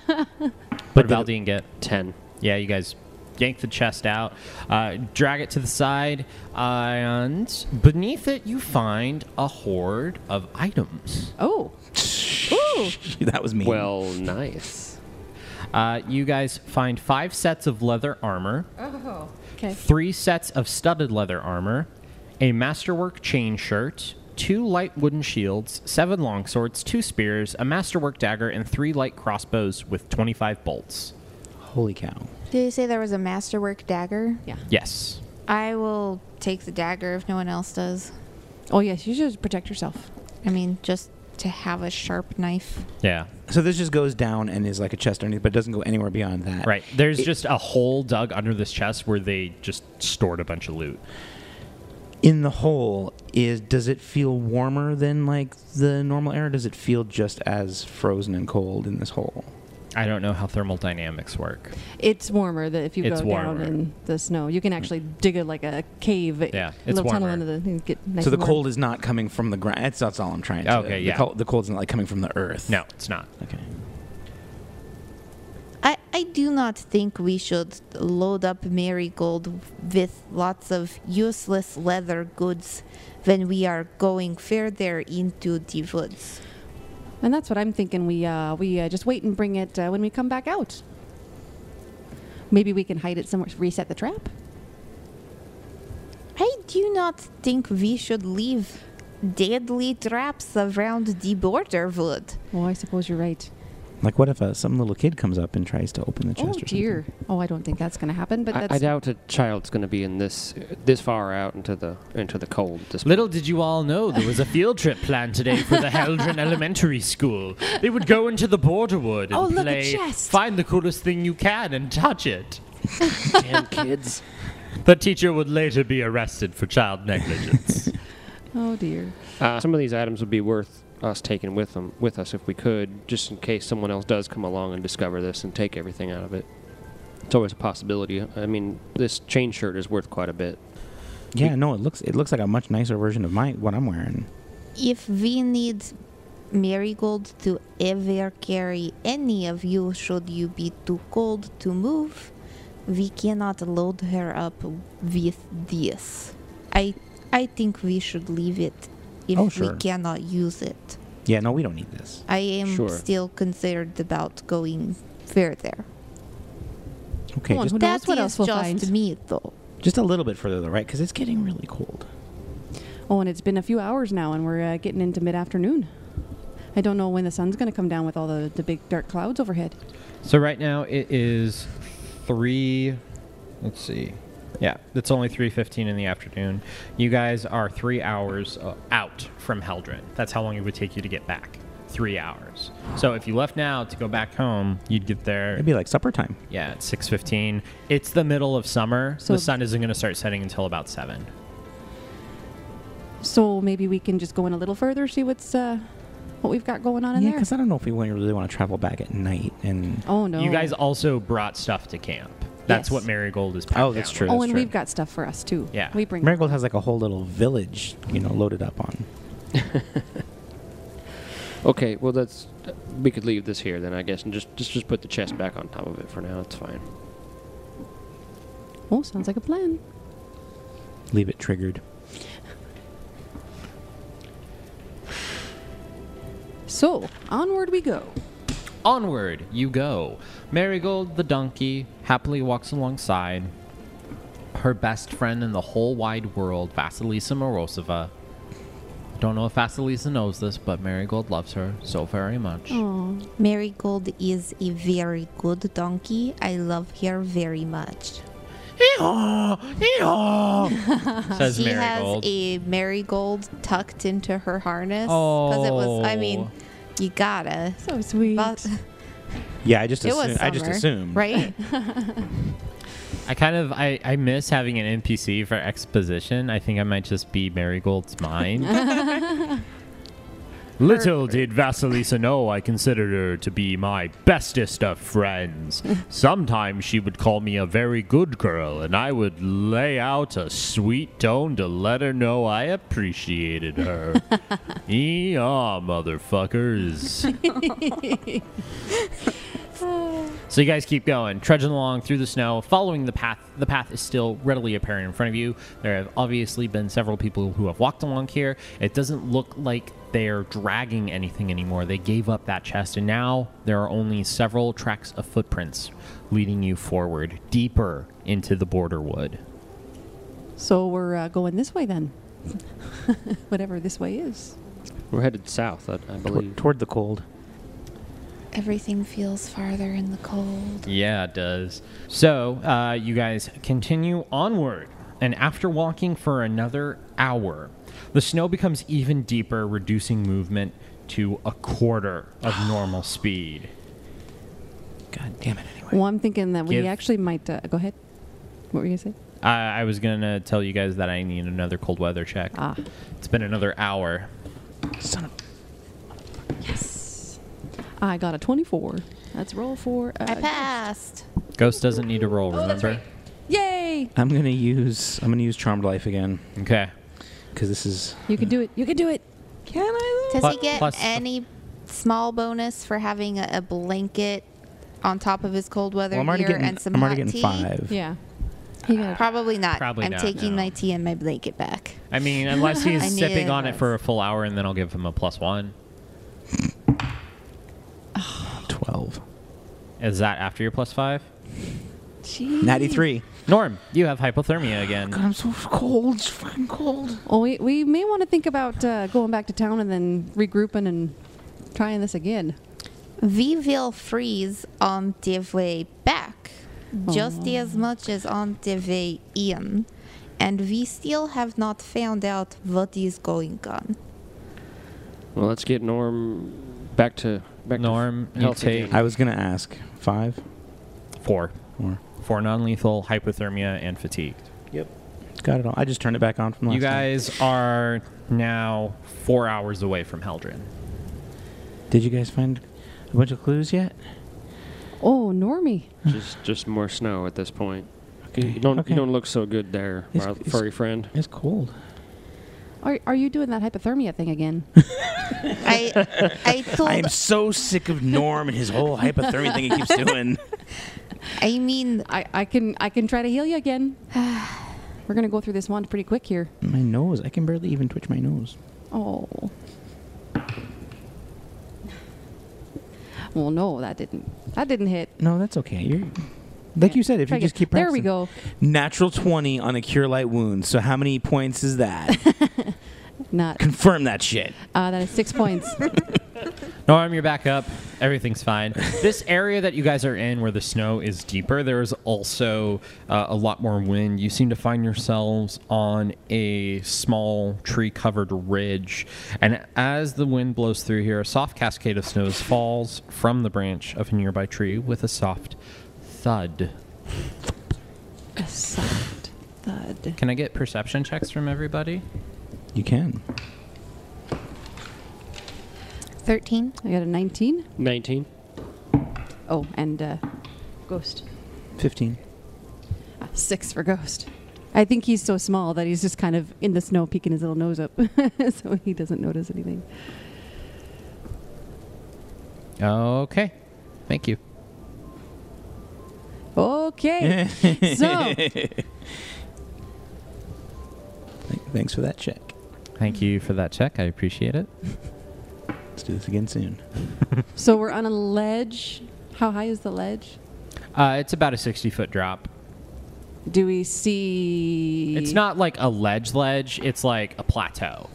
[SPEAKER 3] what did Valdine get?
[SPEAKER 4] Ten.
[SPEAKER 3] Yeah, you guys yank the chest out, uh, drag it to the side, and beneath it you find a hoard of items.
[SPEAKER 1] Oh,
[SPEAKER 2] [LAUGHS] that was me.
[SPEAKER 4] Well, nice.
[SPEAKER 3] Uh, you guys find five sets of leather armor,
[SPEAKER 1] okay.
[SPEAKER 3] three sets of studded leather armor, a masterwork chain shirt, two light wooden shields, seven longswords, two spears, a masterwork dagger, and three light crossbows with 25 bolts.
[SPEAKER 2] holy cow.
[SPEAKER 5] Did you say there was a masterwork dagger?
[SPEAKER 1] Yeah.
[SPEAKER 3] Yes.
[SPEAKER 5] I will take the dagger if no one else does.
[SPEAKER 1] Oh yes, you should protect yourself.
[SPEAKER 5] I mean, just to have a sharp knife.
[SPEAKER 3] Yeah.
[SPEAKER 2] So this just goes down and is like a chest underneath, but it doesn't go anywhere beyond that.
[SPEAKER 3] Right. There's just a hole dug under this chest where they just stored a bunch of loot.
[SPEAKER 2] in the hole is does it feel warmer than like the normal air? Or does it feel just as frozen and cold in this hole?
[SPEAKER 3] I don't know how thermal dynamics work.
[SPEAKER 1] It's warmer that if you
[SPEAKER 3] It's
[SPEAKER 1] go
[SPEAKER 3] warmer.
[SPEAKER 1] down in the snow, you can actually dig a, like a cave,
[SPEAKER 3] Yeah,
[SPEAKER 1] a
[SPEAKER 3] it's
[SPEAKER 1] little tunnel
[SPEAKER 3] warmer.
[SPEAKER 1] into the and get nice.
[SPEAKER 2] so the
[SPEAKER 1] and warm.
[SPEAKER 2] cold is not coming from the ground. That's, that's all I'm trying to.
[SPEAKER 3] Okay,
[SPEAKER 2] the
[SPEAKER 3] yeah.
[SPEAKER 2] col- the cold's not like coming from the earth.
[SPEAKER 3] No, it's not.
[SPEAKER 2] Okay.
[SPEAKER 5] I, I do not think we should load up Marigold with lots of useless leather goods when we are going further into the woods.
[SPEAKER 1] And that's what I'm thinking. We uh, we uh, just wait and bring it uh, when we come back out. Maybe we can hide it somewhere. Reset the trap.
[SPEAKER 5] I do not think we should leave deadly traps around the border wood.
[SPEAKER 1] Well, Oh, I suppose you're right.
[SPEAKER 2] Like what if uh, some little kid comes up and tries to open the chest?
[SPEAKER 1] Oh
[SPEAKER 2] or something?
[SPEAKER 1] dear. Oh, I don't think that's going to happen. But
[SPEAKER 4] I,
[SPEAKER 1] that's
[SPEAKER 4] I doubt a child's going to be in this this far out into the into the cold. This
[SPEAKER 3] Little did you all know there was a field trip planned today for the Heldren [LAUGHS] Elementary School. They would go into the Borderwood and
[SPEAKER 1] Oh, look, a
[SPEAKER 3] play
[SPEAKER 1] chest.
[SPEAKER 3] find the coolest thing you can and touch it.
[SPEAKER 4] damn kids.
[SPEAKER 3] The teacher would later be arrested for child negligence.
[SPEAKER 1] oh dear.
[SPEAKER 4] Uh, some of these items would be worth us taking with them with us if we could, just in case someone else does come along and discover this and take everything out of it. It's always a possibility. I mean, this chain shirt is worth quite a bit.
[SPEAKER 2] Yeah, no, it looks it looks like a much nicer version of my what I'm wearing.
[SPEAKER 5] If we need Marigold to ever carry any of you, should you be too cold to move, we cannot load her up with this. I I think we should leave it if
[SPEAKER 2] Oh, sure.
[SPEAKER 5] we cannot use it.
[SPEAKER 2] Yeah, no, we don't need this.
[SPEAKER 5] I am
[SPEAKER 4] Sure.
[SPEAKER 5] still concerned about going further.
[SPEAKER 2] Okay,
[SPEAKER 1] Come on,
[SPEAKER 2] just,
[SPEAKER 1] who knows
[SPEAKER 5] That's
[SPEAKER 1] what else we'll
[SPEAKER 5] just
[SPEAKER 1] find?
[SPEAKER 5] me though.
[SPEAKER 2] just a little bit further though, right? Because it's getting really cold.
[SPEAKER 1] Oh, and it's been a few hours now, and we're uh, getting into mid-afternoon. I don't know when the sun's going to come down with all the, the big dark clouds overhead.
[SPEAKER 3] So right now it is three. Let's see. Yeah, it's only three fifteen in the afternoon. You guys are three hours uh, out from Heldrin. That's how long it would take you to get back. Three hours. So if you left now to go back home, you'd get there.
[SPEAKER 2] It'd be like supper time.
[SPEAKER 3] yeah, at six fifteen. It's the middle of summer.
[SPEAKER 1] So-
[SPEAKER 3] the sun isn't going to start setting until about seven.
[SPEAKER 1] So maybe we can just go in a little further, see what's uh, what we've got going on in
[SPEAKER 2] Yeah,
[SPEAKER 1] there.
[SPEAKER 2] because I don't know if we wanna- really want to travel back at night. And
[SPEAKER 1] Oh no.
[SPEAKER 3] You guys also brought stuff to camp. That's
[SPEAKER 1] Yes.
[SPEAKER 3] what Marigold is.
[SPEAKER 2] Oh,
[SPEAKER 3] packed
[SPEAKER 2] that's
[SPEAKER 3] down
[SPEAKER 2] true.
[SPEAKER 3] on.
[SPEAKER 1] Oh, and
[SPEAKER 2] true.
[SPEAKER 1] we've got stuff for us too.
[SPEAKER 3] Yeah.
[SPEAKER 1] We bring.
[SPEAKER 2] Marigold has like a whole little village, you know, loaded up on.
[SPEAKER 4] Okay, well that's we could leave this here then I guess and just just just put the chest back on top of it for now. It's fine.
[SPEAKER 1] Oh, sounds like a plan.
[SPEAKER 2] Leave it triggered.
[SPEAKER 1] So onward we go.
[SPEAKER 3] Onward you go. Marigold the donkey happily walks alongside her best friend in the whole wide world, Vasilisa Morozova. Don't know if Vasilisa knows this, but Marigold loves her so very much.
[SPEAKER 5] Marigold is a very good donkey. I love her very much.
[SPEAKER 3] Hee-haw!
[SPEAKER 5] [LAUGHS]
[SPEAKER 3] Hee-haw! says
[SPEAKER 5] she
[SPEAKER 3] Marigold.
[SPEAKER 5] has a marigold tucked into her harness because it was. I mean,
[SPEAKER 3] Oh.
[SPEAKER 5] you gotta.
[SPEAKER 1] So sweet.
[SPEAKER 5] But
[SPEAKER 2] Yeah, I just
[SPEAKER 5] it was
[SPEAKER 2] assume, I just
[SPEAKER 5] summer,
[SPEAKER 2] assume. [LAUGHS]
[SPEAKER 5] right?
[SPEAKER 3] I kind of I, I miss having an NPC for exposition. I think I might just be Marigold's mind. Little did Vasilisa know I considered her to be my bestest of friends. Sometimes she would call me a very good girl, and I would lay out a sweet tone to let her know I appreciated her. Eeyaw, motherfuckers. So you guys keep going, trudging along through the snow, following the path. The path is still readily apparent in front of you. There have obviously been several people who have walked along here. It doesn't look like they're dragging anything anymore. They gave up that chest, and now there are only several tracks of footprints leading you forward, deeper into the border wood.
[SPEAKER 1] so we're uh, going this way then. [LAUGHS] Whatever this way is.
[SPEAKER 4] We're headed south, I, I
[SPEAKER 2] Tor-
[SPEAKER 4] believe.
[SPEAKER 2] toward the cold.
[SPEAKER 5] Everything feels farther in the cold.
[SPEAKER 3] Yeah, it does. So uh, you guys continue onward, and after walking for another hour, the snow becomes even deeper, reducing movement to a quarter of normal speed.
[SPEAKER 2] God damn it! Anyway,
[SPEAKER 1] Well, I'm thinking that we
[SPEAKER 3] Give-
[SPEAKER 1] actually might uh, go ahead. What were you gonna say?
[SPEAKER 3] I, I was gonna tell you guys that I need another cold weather check.
[SPEAKER 1] Ah.
[SPEAKER 3] It's been another hour.
[SPEAKER 2] Son of
[SPEAKER 1] Yes. I got a 24. Let's roll for. Uh,
[SPEAKER 5] I passed.
[SPEAKER 3] Ghost doesn't need to roll. Remember?
[SPEAKER 1] Yay!
[SPEAKER 2] I'm gonna use I'm gonna use charmed life again
[SPEAKER 3] Okay.
[SPEAKER 2] because this is
[SPEAKER 1] You can do it. You can do it. Can I? though?
[SPEAKER 5] Does
[SPEAKER 3] Plu-
[SPEAKER 5] he get
[SPEAKER 3] plus-
[SPEAKER 5] any small bonus for having a, a blanket on top of his cold weather
[SPEAKER 2] well, I'm already
[SPEAKER 5] gear
[SPEAKER 2] getting
[SPEAKER 5] and some
[SPEAKER 2] I'm already
[SPEAKER 5] hot
[SPEAKER 2] getting
[SPEAKER 5] tea?
[SPEAKER 2] five.
[SPEAKER 1] Yeah. He got a-
[SPEAKER 5] Probably not.
[SPEAKER 3] Probably
[SPEAKER 5] I'm
[SPEAKER 3] not,
[SPEAKER 5] taking
[SPEAKER 3] no.
[SPEAKER 5] my tea and my blanket back.
[SPEAKER 3] I mean, unless he's
[SPEAKER 5] I knew
[SPEAKER 3] sipping
[SPEAKER 5] it
[SPEAKER 3] on it
[SPEAKER 5] was.
[SPEAKER 3] for a full hour, and then I'll give him a plus one.
[SPEAKER 2] Twelve.
[SPEAKER 3] Is that after your plus five?
[SPEAKER 1] Jeez.
[SPEAKER 2] Ninety three.
[SPEAKER 3] Norm, you have hypothermia again.
[SPEAKER 2] I'm so cold. It's fucking cold.
[SPEAKER 1] Well, we, we may want to think about uh, going back to town and then regrouping and trying this again.
[SPEAKER 5] We will freeze on the way back, just
[SPEAKER 2] Oh.
[SPEAKER 5] as much as on the way in, and we still have not found out what is going on.
[SPEAKER 4] Well, let's get Norm back to back
[SPEAKER 3] Norm,
[SPEAKER 4] To
[SPEAKER 3] you
[SPEAKER 4] health
[SPEAKER 3] take-
[SPEAKER 4] again.
[SPEAKER 2] I was gonna ask five
[SPEAKER 3] Four.
[SPEAKER 2] or
[SPEAKER 3] Four non-lethal hypothermia and fatigue.
[SPEAKER 2] got it all. I just turned it back on from last.
[SPEAKER 3] You guys are now four hours away from Heldrin.
[SPEAKER 2] time. Did you guys find a bunch of clues yet?
[SPEAKER 1] Oh, Normie.
[SPEAKER 4] just just more snow at this point. You- You don't
[SPEAKER 2] Okay.
[SPEAKER 4] you don't look so good there,
[SPEAKER 2] It's-
[SPEAKER 4] our
[SPEAKER 2] it's-
[SPEAKER 4] furry friend.
[SPEAKER 2] It's cold.
[SPEAKER 1] Are, are you doing that hypothermia thing [LAUGHS] again?
[SPEAKER 2] [LAUGHS]
[SPEAKER 5] I I told
[SPEAKER 2] I
[SPEAKER 5] I,
[SPEAKER 2] am so sick of Norm and his whole hypothermia thing he [LAUGHS] keeps doing.
[SPEAKER 5] mean
[SPEAKER 1] I, I can I can try to heal you [SIGHS] again. We're gonna go through this wand pretty quick here.
[SPEAKER 2] My nose. I can barely even twitch my nose.
[SPEAKER 1] Oh. [SIGHS] Well, no, that didn't. That didn't hit.
[SPEAKER 2] No, that's okay. You're like you said, if
[SPEAKER 1] Try
[SPEAKER 2] you just
[SPEAKER 1] again.
[SPEAKER 2] keep
[SPEAKER 1] There we
[SPEAKER 2] practicing.
[SPEAKER 1] go.
[SPEAKER 2] Natural 20 on a cure light wound. So how many points is that? [LAUGHS]
[SPEAKER 1] Not.
[SPEAKER 2] Confirm that shit.
[SPEAKER 1] Uh, that is six [LAUGHS] points.
[SPEAKER 3] Norm, you're back up. Everything's fine. this area that you guys are in, where the snow is deeper, there is also uh, a lot more wind. You seem to find yourselves on a small tree-covered ridge, and as the wind blows through here, a soft cascade of snows falls from the branch of a nearby tree with a soft thud.
[SPEAKER 1] A soft thud.
[SPEAKER 3] Can I get perception checks from everybody?
[SPEAKER 2] You can.
[SPEAKER 5] thirteen.
[SPEAKER 1] I got a 19.
[SPEAKER 4] Nineteen.
[SPEAKER 1] Oh, and uh, ghost.
[SPEAKER 2] 15.
[SPEAKER 1] Uh, six for ghost. I think he's so small that he's just kind of in the snow peeking his little nose up, [LAUGHS] so he doesn't notice anything.
[SPEAKER 3] Okay. Thank you. [LAUGHS]
[SPEAKER 1] Okay. so
[SPEAKER 2] Th- Thanks for that check.
[SPEAKER 3] Thank you for that check. I appreciate it.
[SPEAKER 2] Let's do this again soon.
[SPEAKER 1] so we're on a ledge. How high is the ledge?
[SPEAKER 3] Uh, it's about a 60 foot drop.
[SPEAKER 1] Do we see?
[SPEAKER 3] It's not like a ledge ledge, it's like a plateau.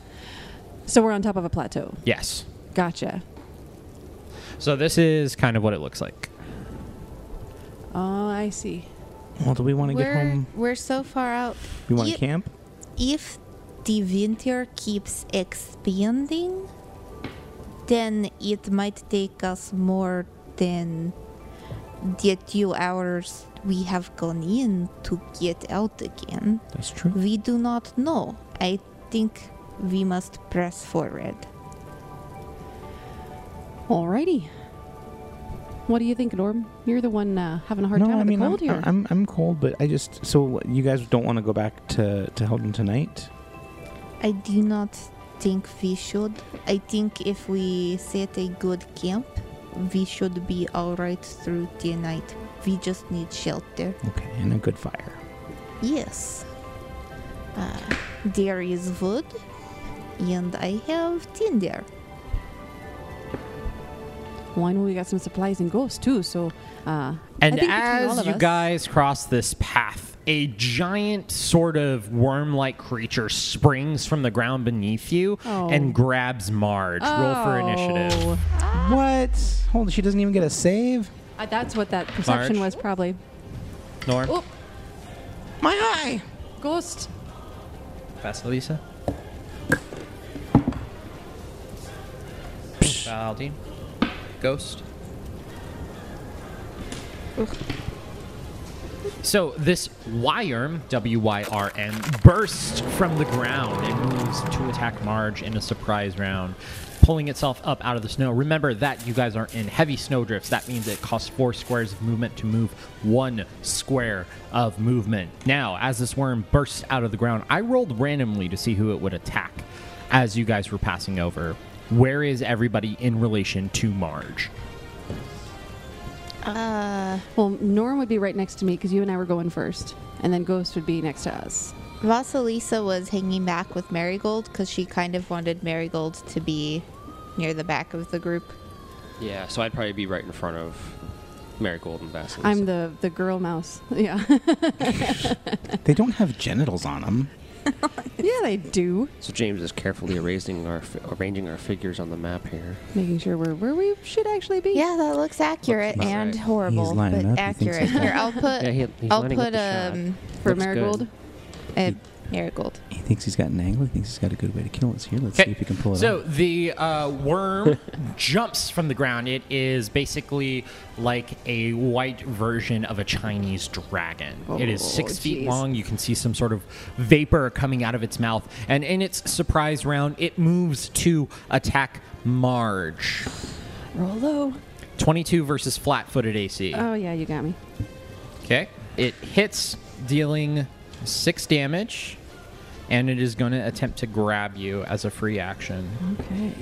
[SPEAKER 1] So we're on top of a plateau.
[SPEAKER 3] Yes.
[SPEAKER 1] Gotcha.
[SPEAKER 3] So this is kind of what it looks like.
[SPEAKER 1] Oh, I see.
[SPEAKER 2] Well, do we want to get
[SPEAKER 5] We're
[SPEAKER 2] home?
[SPEAKER 5] we're so far out.
[SPEAKER 2] We want
[SPEAKER 5] You-
[SPEAKER 2] to camp?
[SPEAKER 5] if the winter keeps expanding, then it might take us more than the two hours we have gone in to get out again.
[SPEAKER 2] That's true.
[SPEAKER 5] We do not know. I think we must press forward.
[SPEAKER 1] Alrighty. What do you think, Norm? You're the one uh, having a hard
[SPEAKER 2] no,
[SPEAKER 1] time
[SPEAKER 2] I
[SPEAKER 1] with
[SPEAKER 2] mean,
[SPEAKER 1] the cold
[SPEAKER 2] I'm,
[SPEAKER 1] here.
[SPEAKER 2] I'm, I'm cold, but I just. So what, you guys don't want to go back to, to Helden tonight?
[SPEAKER 5] I do not think we should. I think if we set a good camp, we should be alright through the night. We just need shelter.
[SPEAKER 2] Okay, and a good fire.
[SPEAKER 5] Yes. Uh, there is wood, and I have tinder.
[SPEAKER 1] Well, I know we got some supplies and ghosts too, so uh, I
[SPEAKER 3] And
[SPEAKER 1] think between all
[SPEAKER 3] as
[SPEAKER 1] of
[SPEAKER 3] you
[SPEAKER 1] us-
[SPEAKER 3] guys cross this path, a giant sort of worm like creature springs from the ground beneath you
[SPEAKER 1] Oh.
[SPEAKER 3] and grabs Marge. Roll for initiative.
[SPEAKER 1] Oh.
[SPEAKER 2] What? Hold on, she doesn't even get a save?
[SPEAKER 1] Uh, that's what that perception
[SPEAKER 3] Marge?
[SPEAKER 1] was probably.
[SPEAKER 3] Norm,
[SPEAKER 1] Oh,
[SPEAKER 2] My eye!
[SPEAKER 1] ghost.
[SPEAKER 3] Vasilisa. Aldine. Ghost. So this Wyrm, W-Y-R-M, bursts from the ground and moves to attack Marge in a surprise round, pulling itself up out of the snow. Remember that you guys are in heavy snowdrifts. That means it costs four squares of movement to move one square of movement. Now, as this worm bursts out of the ground, I rolled randomly to see who it would attack as you guys were passing over. Where is everybody in relation to Marge?
[SPEAKER 1] Well, Norm would be right next to me because you and I were going first, and then Ghost would be next to us.
[SPEAKER 5] Vasilisa was hanging back with Marigold because she kind of wanted Marigold to be near the back of the group.
[SPEAKER 4] Yeah, so I'd probably be right in front of Marigold and Vasily.
[SPEAKER 1] I'm the the girl mouse. [LAUGHS] Yeah,
[SPEAKER 2] They don't have genitals on them.
[SPEAKER 1] yeah, they do.
[SPEAKER 4] so James is carefully erasing our fi- arranging our figures on the map here.
[SPEAKER 1] Making sure we're where we should actually be.
[SPEAKER 5] Yeah, that looks accurate
[SPEAKER 4] Looks about
[SPEAKER 5] and
[SPEAKER 4] right.
[SPEAKER 5] horrible,
[SPEAKER 2] He's
[SPEAKER 5] but
[SPEAKER 2] lining up, he thinks
[SPEAKER 5] accurate.
[SPEAKER 2] he's-
[SPEAKER 5] Here, I'll
[SPEAKER 1] Uh,
[SPEAKER 4] [LAUGHS]
[SPEAKER 5] put
[SPEAKER 4] Yeah, he, he's
[SPEAKER 5] I'll
[SPEAKER 4] lining up
[SPEAKER 5] put
[SPEAKER 4] the shot.
[SPEAKER 5] um
[SPEAKER 1] for
[SPEAKER 4] Looks good.
[SPEAKER 1] Marigold.
[SPEAKER 5] a Marigold.
[SPEAKER 2] He thinks he's got an angle. He thinks he's got a good way to kill us. Here, let's see if he can pull it
[SPEAKER 3] So
[SPEAKER 2] off.
[SPEAKER 3] the uh, worm [LAUGHS] jumps from the ground. It is basically like a white version of a Chinese dragon. it is six
[SPEAKER 1] Oh,
[SPEAKER 3] feet
[SPEAKER 1] geez.
[SPEAKER 3] long. You can see some sort of vapor coming out of its mouth. And in its surprise round, it moves to attack Marge.
[SPEAKER 1] Roll low.
[SPEAKER 3] 22 versus flat footed AC.
[SPEAKER 1] Oh yeah, you got me.
[SPEAKER 3] Okay. It hits, dealing six damage. And it is going to attempt to grab you as a free action.
[SPEAKER 1] Okay.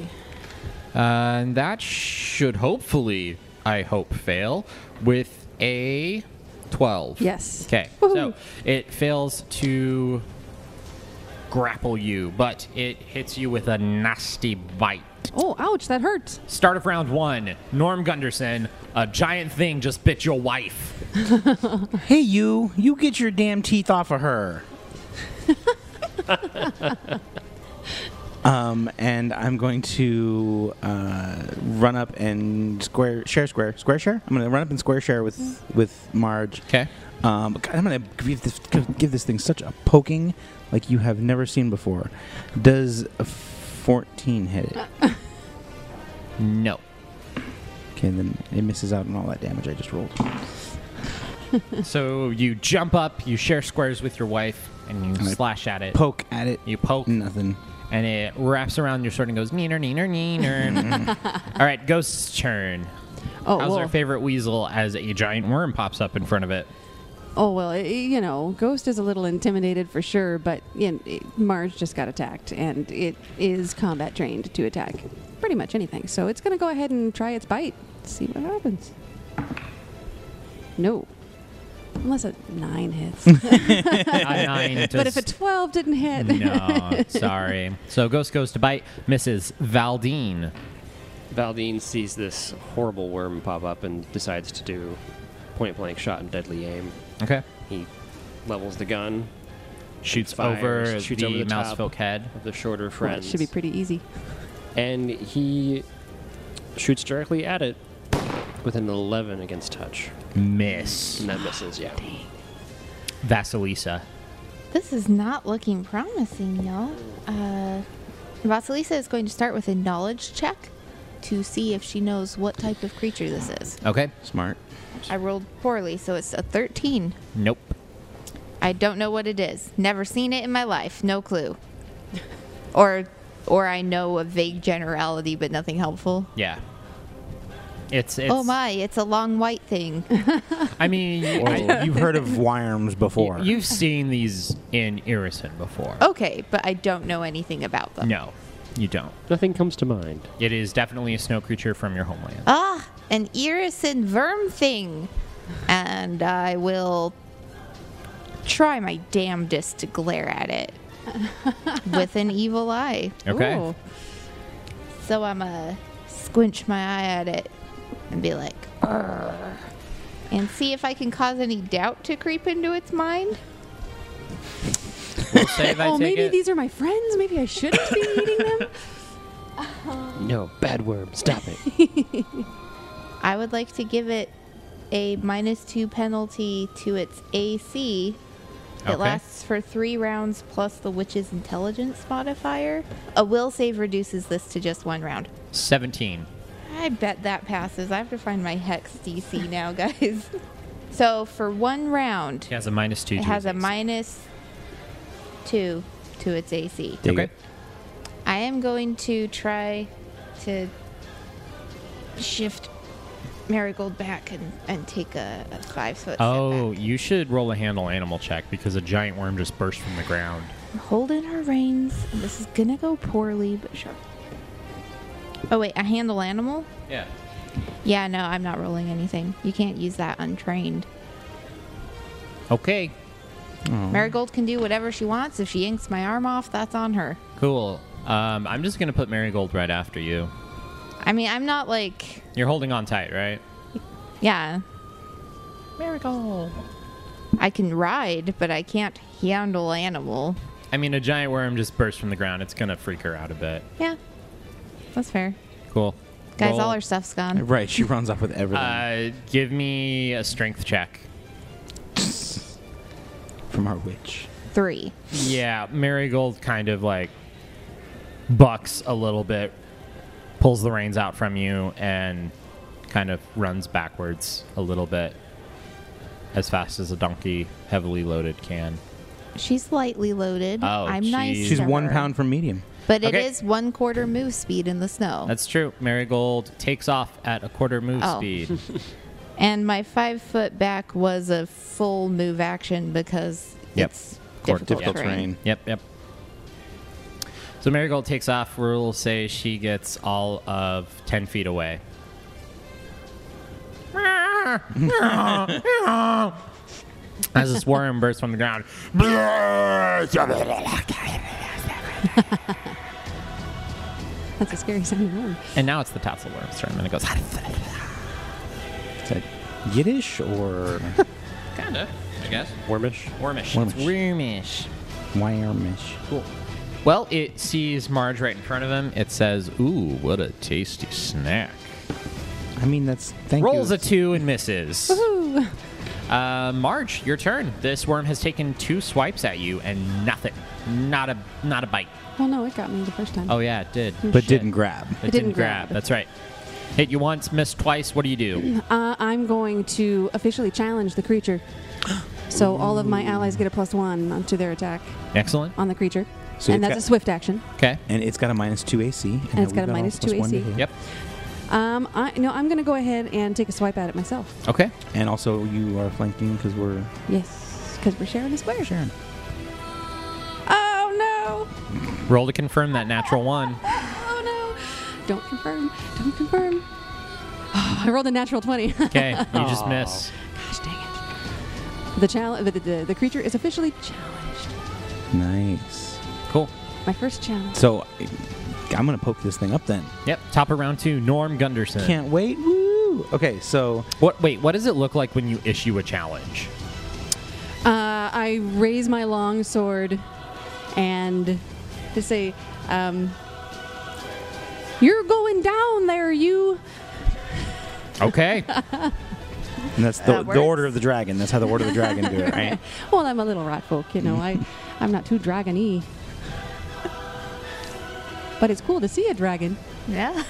[SPEAKER 3] Uh, and that should hopefully, I hope, fail with a 12.
[SPEAKER 1] Yes.
[SPEAKER 3] Okay.
[SPEAKER 1] Woohoo.
[SPEAKER 3] So it fails to grapple you, but it hits you with a nasty bite.
[SPEAKER 1] Oh, ouch! That hurts.
[SPEAKER 3] Start of round one Norm Gunderson, a giant thing just bit your wife.
[SPEAKER 2] hey, you, you get your damn teeth off of her. um, and I'm going to uh, run up and square share square square share. I'm going to run up and square share with with Marge.
[SPEAKER 3] Okay.
[SPEAKER 2] Um, God, I'm gonna give this give, give this thing such a poking like you have never seen before. Does a 14 hit it?
[SPEAKER 1] [LAUGHS]
[SPEAKER 3] No.
[SPEAKER 2] Okay, then it misses out on all that damage I just rolled.
[SPEAKER 3] so you jump up, you share squares with your wife, and you
[SPEAKER 2] I
[SPEAKER 3] slash at it.
[SPEAKER 2] Poke at it,
[SPEAKER 3] You poke.
[SPEAKER 2] nothing.
[SPEAKER 3] and it wraps around your sword and goes neener neener neener. All right, Ghost's turn.
[SPEAKER 1] Oh
[SPEAKER 3] How's our
[SPEAKER 1] well.
[SPEAKER 3] favorite weasel as a giant worm pops up in front of it?
[SPEAKER 1] Oh well. i- i- you know, Ghost is a little intimidated for sure, but you know, it- Marge just got attacked, and it is combat trained to attack pretty much anything. So it's gonna go ahead and try its bite. See what happens. No. Unless a nine
[SPEAKER 3] [LAUGHS]
[SPEAKER 1] hits.
[SPEAKER 3] I nine
[SPEAKER 1] [LAUGHS] but if a
[SPEAKER 3] just-
[SPEAKER 1] [LAUGHS] 12 didn't hit. [LAUGHS]
[SPEAKER 3] no, Oh, sorry. So Ghost goes to bite, misses. Valdine.
[SPEAKER 4] Valdine sees this horrible worm pop up and decides to do point blank shot and deadly aim.
[SPEAKER 3] Okay.
[SPEAKER 4] He levels the gun
[SPEAKER 3] Shoots
[SPEAKER 4] Fires,
[SPEAKER 3] over
[SPEAKER 4] shoots
[SPEAKER 3] the,
[SPEAKER 4] over the
[SPEAKER 3] mouse
[SPEAKER 4] top.
[SPEAKER 3] folk head.
[SPEAKER 4] of the shorter
[SPEAKER 1] Well,
[SPEAKER 4] friend.
[SPEAKER 1] that should be pretty easy.
[SPEAKER 4] and he shoots directly at it with an 11 against touch.
[SPEAKER 3] Miss.
[SPEAKER 4] And that misses, yeah.
[SPEAKER 3] Vasilisa.
[SPEAKER 5] This is not looking promising, y'all. Uh, Vasilisa is going to start with a knowledge check to see if she knows what type of creature this is.
[SPEAKER 3] Okay.
[SPEAKER 2] Smart.
[SPEAKER 5] I rolled poorly, so it's a 13.
[SPEAKER 3] Nope.
[SPEAKER 5] I don't know what it is. Never seen it in my life. No
[SPEAKER 3] [LAUGHS]
[SPEAKER 5] clue. Or or I know a vague generality but nothing helpful.
[SPEAKER 3] Yeah. It's, it's
[SPEAKER 5] oh my, it's a long white
[SPEAKER 3] [LAUGHS]
[SPEAKER 5] thing.
[SPEAKER 3] I mean, you- I-
[SPEAKER 2] Oh, You've heard of Wyrms before.
[SPEAKER 3] you've seen these in Irison before.
[SPEAKER 1] Oh.
[SPEAKER 5] okay, but I don't know anything about them.
[SPEAKER 3] No, you don't.
[SPEAKER 4] Nothing comes to mind.
[SPEAKER 3] It is definitely a snow creature from your homeland.
[SPEAKER 5] Ah, an iriscent worm thing. And I will try my damnedest to glare at
[SPEAKER 3] [LAUGHS]
[SPEAKER 5] it with an evil eye.
[SPEAKER 3] Okay.
[SPEAKER 5] Oh,
[SPEAKER 1] Ooh.
[SPEAKER 5] So I'm going to squinch my eye at it and be like, "Arr," and see if I can cause any doubt to creep into its mind.
[SPEAKER 3] We'll save, I
[SPEAKER 5] [LAUGHS]
[SPEAKER 1] Oh,
[SPEAKER 3] take
[SPEAKER 1] maybe
[SPEAKER 3] it.
[SPEAKER 1] these are my friends. Maybe I shouldn't be eating them. [LAUGHS]
[SPEAKER 4] No, bad worm, stop [LAUGHS] it.
[SPEAKER 5] I would like to give it a minus two penalty to its AC. It
[SPEAKER 3] Okay.
[SPEAKER 5] lasts for three rounds plus the witch's intelligence modifier. A will save reduces this to just one round.
[SPEAKER 3] 17.
[SPEAKER 5] I bet that passes. I have to find my hex DC now, [LAUGHS] guys. So for one round,
[SPEAKER 3] It has a minus two.
[SPEAKER 5] it
[SPEAKER 3] to
[SPEAKER 5] has
[SPEAKER 3] his
[SPEAKER 5] a
[SPEAKER 3] AC.
[SPEAKER 5] minus two to its AC.
[SPEAKER 2] There you
[SPEAKER 3] Okay.
[SPEAKER 2] go.
[SPEAKER 5] I am going to try to shift Marigold back and, and take a, a five foot.
[SPEAKER 3] Oh,
[SPEAKER 5] step
[SPEAKER 3] you should roll a handle animal check because a giant worm just burst from the ground.
[SPEAKER 5] back. I'm holding her reins. and This is gonna go poorly, but sure. Oh wait, a handle animal?
[SPEAKER 3] Yeah.
[SPEAKER 5] Yeah, no, I'm not rolling anything. You can't use that untrained.
[SPEAKER 3] Okay.
[SPEAKER 5] Marigold can do whatever she wants. If she inks my arm off, that's on her.
[SPEAKER 3] Cool. Um, I'm just gonna put Marigold right after you.
[SPEAKER 5] I mean, I'm not like,
[SPEAKER 3] You're holding on tight, right?
[SPEAKER 5] yeah,
[SPEAKER 3] Marigold.
[SPEAKER 5] I can ride, but I can't handle animal.
[SPEAKER 3] I mean, a giant worm just burst from the ground. It's gonna freak her out a bit.
[SPEAKER 5] Yeah, that's fair.
[SPEAKER 3] Cool.
[SPEAKER 5] Guys,
[SPEAKER 3] Roll.
[SPEAKER 5] all our stuff's gone.
[SPEAKER 2] Right, she runs off with everything
[SPEAKER 3] Uh, give me a strength check.
[SPEAKER 2] from our witch.
[SPEAKER 5] Three.
[SPEAKER 3] Yeah, Marigold kind of like bucks a little bit, pulls the reins out from you, and kind of runs backwards a little bit as fast as a donkey, heavily loaded, can.
[SPEAKER 5] She's lightly loaded.
[SPEAKER 3] Oh,
[SPEAKER 5] I'm nice.
[SPEAKER 3] geez.
[SPEAKER 2] She's
[SPEAKER 5] to
[SPEAKER 2] one
[SPEAKER 5] her.
[SPEAKER 2] pound from medium.
[SPEAKER 5] But it is
[SPEAKER 3] Okay.
[SPEAKER 5] one quarter move speed in the snow.
[SPEAKER 3] That's true. Marigold takes off at a quarter move
[SPEAKER 5] Oh.
[SPEAKER 3] speed.
[SPEAKER 5] and my five foot back was a full move action because
[SPEAKER 3] Yep.
[SPEAKER 5] it's
[SPEAKER 3] Court-
[SPEAKER 5] difficult,
[SPEAKER 2] Difficult
[SPEAKER 5] terrain.
[SPEAKER 2] terrain.
[SPEAKER 3] yep, yep. So Marigold takes off. We'll say she gets all of 10 feet away. As this worm bursts from the ground.
[SPEAKER 1] That's a scary sounding word.
[SPEAKER 3] And now it's the tassel worm's turn. And it goes.
[SPEAKER 2] Is that Yiddish or
[SPEAKER 3] Kinda, I guess.
[SPEAKER 4] Wormish.
[SPEAKER 3] Wormish.
[SPEAKER 2] Wormish.
[SPEAKER 3] wormish.
[SPEAKER 2] Wyamish?
[SPEAKER 3] Cool. Well, it sees Marge right in front of him. It says, Ooh, what a tasty snack.
[SPEAKER 2] I mean, that's thank
[SPEAKER 3] Rolls
[SPEAKER 2] you.
[SPEAKER 3] a two and misses. Uh, Marge, your turn. This worm has taken two swipes at you and nothing. Not a not a bite.
[SPEAKER 1] Well, no, it got me the first time.
[SPEAKER 3] Oh yeah, it did.
[SPEAKER 2] but
[SPEAKER 1] shit.
[SPEAKER 2] didn't grab.
[SPEAKER 3] It, didn't grab. That's right. Hit you once, missed twice. What do you do?
[SPEAKER 1] Uh, I'm going to officially challenge the creature. So all of my allies get a plus one to their attack
[SPEAKER 3] Excellent.
[SPEAKER 1] on the creature.
[SPEAKER 2] So
[SPEAKER 1] and
[SPEAKER 2] it's
[SPEAKER 1] that's
[SPEAKER 2] got-
[SPEAKER 1] a swift action.
[SPEAKER 3] Okay.
[SPEAKER 2] And it's got a minus two AC. And, now
[SPEAKER 1] it's got
[SPEAKER 2] we've
[SPEAKER 1] a
[SPEAKER 2] all
[SPEAKER 1] minus
[SPEAKER 2] plus
[SPEAKER 1] two
[SPEAKER 2] one to
[SPEAKER 1] AC.
[SPEAKER 2] hit.
[SPEAKER 3] Yep.
[SPEAKER 1] Um, I, no, I'm going to go ahead and take a swipe at it myself.
[SPEAKER 3] Okay.
[SPEAKER 2] And also, you are flanking because we're
[SPEAKER 1] Yes, because we're sharing a square.
[SPEAKER 2] Sharon.
[SPEAKER 1] Oh no!
[SPEAKER 3] Roll to confirm that natural one.
[SPEAKER 1] Oh no! Don't confirm. Don't confirm. [SIGHS] I rolled a natural twenty. [LAUGHS]
[SPEAKER 3] Okay. You just miss.
[SPEAKER 1] Gosh dang it! The challenge. The, the, the creature is officially challenged.
[SPEAKER 2] Nice.
[SPEAKER 3] Cool.
[SPEAKER 1] My first challenge.
[SPEAKER 2] So I- I'm gonna poke this thing up then.
[SPEAKER 3] Yep. Top of round two. Norm Gunderson.
[SPEAKER 2] Can't wait. Woo! Okay, so
[SPEAKER 3] What? Wait. What does it look like when you issue a challenge?
[SPEAKER 1] Uh, I raise my long sword and just say, um, "You're going down there, you."
[SPEAKER 3] Okay.
[SPEAKER 2] and that's the,
[SPEAKER 5] That
[SPEAKER 2] the order
[SPEAKER 5] works.
[SPEAKER 2] of the dragon. That's how the order of the dragon do it,
[SPEAKER 5] [LAUGHS]
[SPEAKER 2] right?
[SPEAKER 1] Well, I'm a little rat folk, you know. I, I'm not too dragony. But it's cool to see a dragon.
[SPEAKER 5] Yeah.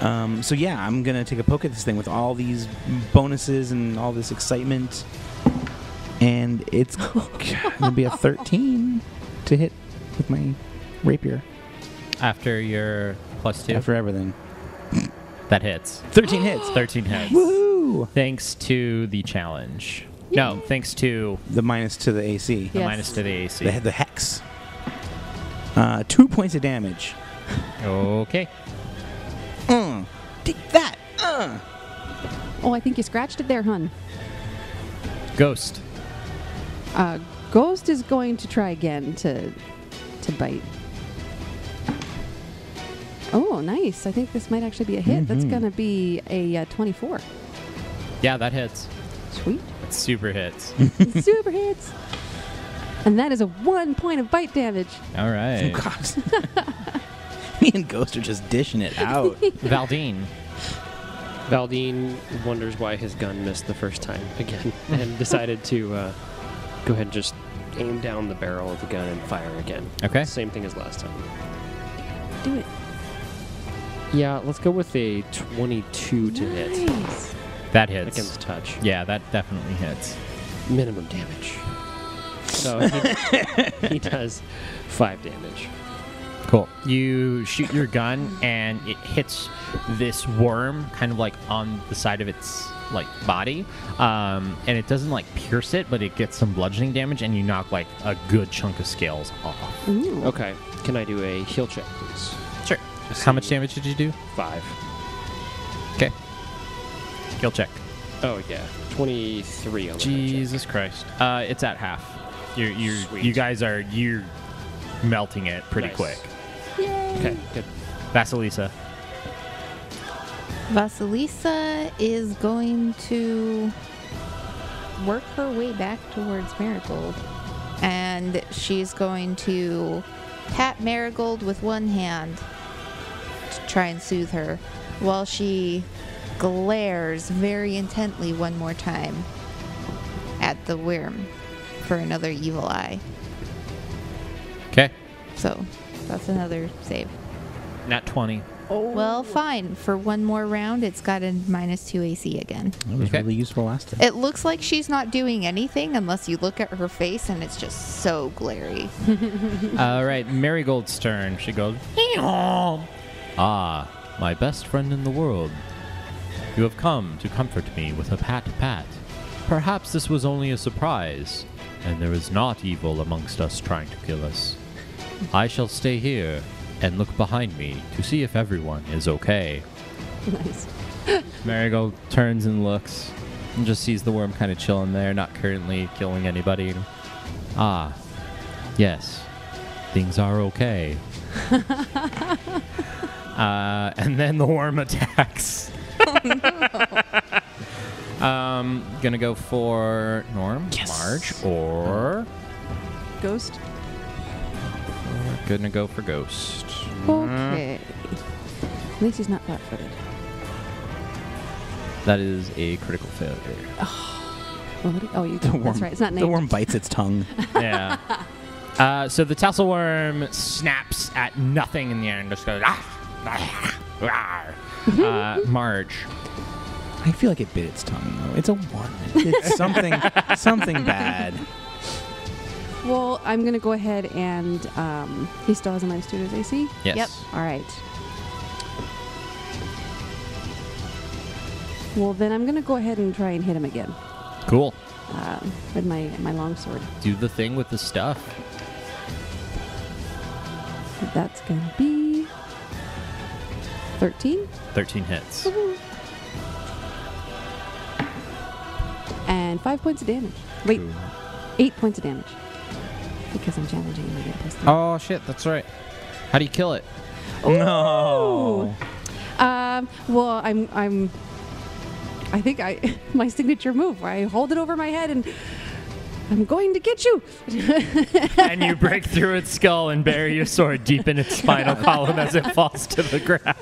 [SPEAKER 2] Um, so yeah, I'm gonna take a poke at this thing with all these bonuses and all this excitement, and it's gonna
[SPEAKER 5] [LAUGHS]
[SPEAKER 2] be a 13 to hit with my rapier
[SPEAKER 3] After your plus two,
[SPEAKER 2] after everything.
[SPEAKER 3] that hits.
[SPEAKER 2] 13
[SPEAKER 5] [GASPS]
[SPEAKER 2] hits.
[SPEAKER 3] Thirteen hits.
[SPEAKER 2] Woo!
[SPEAKER 3] Thanks to the challenge. No, thanks to
[SPEAKER 2] The minus to the AC.
[SPEAKER 3] the
[SPEAKER 1] Yes.
[SPEAKER 3] minus to the AC.
[SPEAKER 2] They had the hex. Uh, two points of damage.
[SPEAKER 3] Okay.
[SPEAKER 2] Uh, take that. Uh.
[SPEAKER 1] Oh, I think you scratched it there, hun.
[SPEAKER 3] Ghost.
[SPEAKER 1] Uh, Ghost is going to try again to to bite. Oh, nice! I think this might actually be a hit. That's going to be a uh, twenty-four.
[SPEAKER 3] Yeah, that hits.
[SPEAKER 1] Sweet,
[SPEAKER 3] Super hits.
[SPEAKER 2] Hmm.
[SPEAKER 1] super hits, and that is a one point of bite damage.
[SPEAKER 3] All right.
[SPEAKER 2] Cops. [LAUGHS] Me and Ghost are just dishing it
[SPEAKER 5] [LAUGHS]
[SPEAKER 2] out.
[SPEAKER 3] Valdine.
[SPEAKER 4] Valdine wonders why his gun missed the first time [LAUGHS] again and decided to uh, go ahead and just aim down the barrel of the gun and fire again.
[SPEAKER 3] Okay.
[SPEAKER 4] Same thing as last time.
[SPEAKER 1] Do it.
[SPEAKER 4] Yeah, let's go with a 22 to hit.
[SPEAKER 1] Nice.
[SPEAKER 3] That hits.
[SPEAKER 4] against touch.
[SPEAKER 3] Yeah, that definitely hits.
[SPEAKER 4] Minimum damage. [LAUGHS] So he, he does five damage.
[SPEAKER 3] Cool. You shoot your gun and it hits this worm kind of like on the side of its like body. Um, and it doesn't like pierce it, but it gets some bludgeoning damage and you knock like a good chunk of scales off.
[SPEAKER 4] Okay, can I do a heal check, please?
[SPEAKER 3] Sure. How much damage did you do?
[SPEAKER 4] Five.
[SPEAKER 3] Okay. Skill check.
[SPEAKER 4] Oh yeah, twenty-three on the heal check.
[SPEAKER 3] Jesus Christ. Uh, it's at half. You're, you're,
[SPEAKER 4] Sweet.
[SPEAKER 3] you guys are you're melting it pretty
[SPEAKER 4] Nice.
[SPEAKER 3] quick.
[SPEAKER 4] Okay, good.
[SPEAKER 3] Vasilisa.
[SPEAKER 5] Vasilisa is going to work her way back towards Marigold. And she's going to pat Marigold with one hand to try and soothe her while she glares very intently one more time at the worm for another evil eye.
[SPEAKER 3] Okay.
[SPEAKER 5] So that's another save.
[SPEAKER 3] Nat 20.
[SPEAKER 5] Well, fine. For one more round, it's got a minus two AC again.
[SPEAKER 2] That was
[SPEAKER 3] Okay.
[SPEAKER 2] really useful last time.
[SPEAKER 5] It looks like she's not doing anything unless you look at her face and it's just so glary.
[SPEAKER 3] All right, Marigold's turn. She goes, Ah, my best friend in the world. You have come to comfort me with a pat pat. Perhaps this was only a surprise, and there is not evil amongst us trying to kill us. I shall stay here and look behind me to see if everyone is okay.
[SPEAKER 1] Nice.
[SPEAKER 3] Marigold turns and looks and just sees the worm kind of chilling there, not currently killing anybody. Ah, yes, things are okay. uh, and then the worm [LAUGHS] attacks. um, gonna go for Norm, Marge, or
[SPEAKER 1] Ghost.
[SPEAKER 3] gonna go for Ghost.
[SPEAKER 2] Mm-hmm.
[SPEAKER 5] Okay.
[SPEAKER 1] At least he's not flat footed.
[SPEAKER 3] That is a critical failure.
[SPEAKER 1] Well, what do- oh, you.
[SPEAKER 2] The worm,
[SPEAKER 1] That's right. It's not named.
[SPEAKER 2] the worm bites its tongue.
[SPEAKER 1] [LAUGHS]
[SPEAKER 3] yeah. [LAUGHS] Uh, so the tassel worm snaps at nothing in the air and just goes. "Ah, ah, ah." Uh, Marge.
[SPEAKER 2] I feel like it bit its tongue though. It's a worm. It's something
[SPEAKER 1] [LAUGHS]
[SPEAKER 2] something bad.
[SPEAKER 1] Well, I'm gonna go ahead and um, he still has a minus two to his AC.
[SPEAKER 3] Yes.
[SPEAKER 5] Yep.
[SPEAKER 1] All right. Well, then I'm gonna go ahead and try and hit him again
[SPEAKER 3] Cool.
[SPEAKER 1] um, with my my longsword.
[SPEAKER 3] Do the thing with the stuff.
[SPEAKER 1] That's gonna be thirteen,
[SPEAKER 3] 13 hits.
[SPEAKER 1] and five points of damage. Wait,
[SPEAKER 3] Cool.
[SPEAKER 1] eight points of damage because I'm challenging him again. Plus three.
[SPEAKER 3] Oh, shit. That's right. How do you kill it?
[SPEAKER 2] No.
[SPEAKER 1] Um, well, I'm I'm. I think I [LAUGHS] my signature move. Where I hold it over my head and I'm going to get you.
[SPEAKER 3] and you break through its skull and bury your sword deep in its spinal column as it falls to the ground.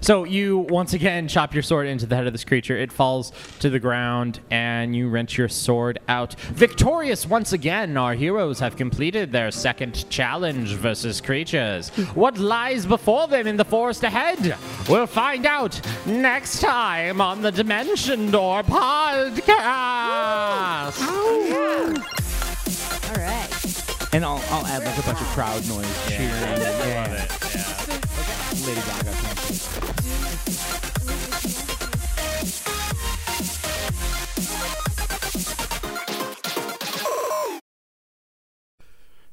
[SPEAKER 3] so you once again chop your sword into the head of this creature. It falls to the ground and you wrench your sword out. Victorious once again, our heroes have completed their second challenge versus creatures. What lies before them in the forest ahead? We'll find out next time on the Dimension Door podcast.
[SPEAKER 5] All right.
[SPEAKER 2] And I'll, I'll add like a bunch of crowd noise cheering. Yeah. Lady Gaga. concert.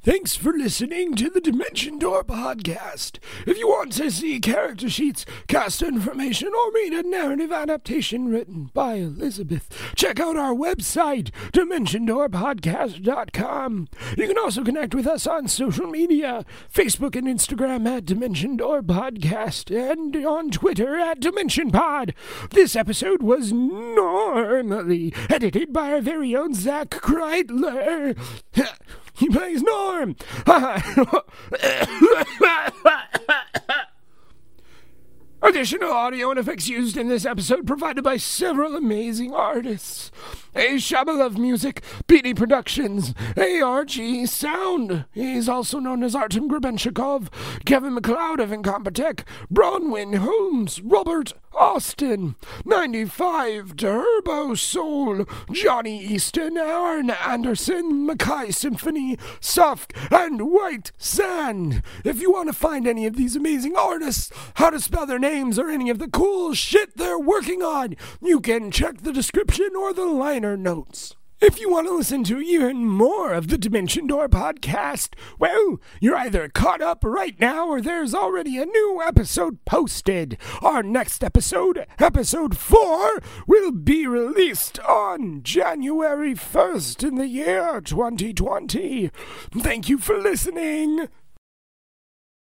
[SPEAKER 6] Thanks for listening to the Dimension Door podcast. If you want to see character sheets, cast information, or read a narrative adaptation written by Elizabeth, check out our website, dimensiondoorpodcast.com. You can also connect with us on social media Facebook and Instagram at Dimension Door Podcast and on Twitter at Dimension Pod. This episode was normally edited by our very own Zach Kreidler. [LAUGHS] He plays Norm. [LAUGHS] Additional audio and effects used in this episode provided by several amazing artists. A Shabalov Music, PD Productions, ARG Sound. He's also known as Artem Grebenshikov, Kevin McLeod of Incompetech, Bronwyn Holmes, Robert Austin, 95 Turbo Soul, Johnny Easton, Aaron Anderson, Mackay Symphony, Soft and White Sand. If you want to find any of these amazing artists, how to spell their names, or any of the cool shit they're working on, you can check the description or the liner notes. If you want to listen to even more of the Dimension Door podcast, well, you're either caught up right now or there's already a new episode posted. Our next episode, episode 4, will be released on January 1st in the year 2020. Thank you for listening.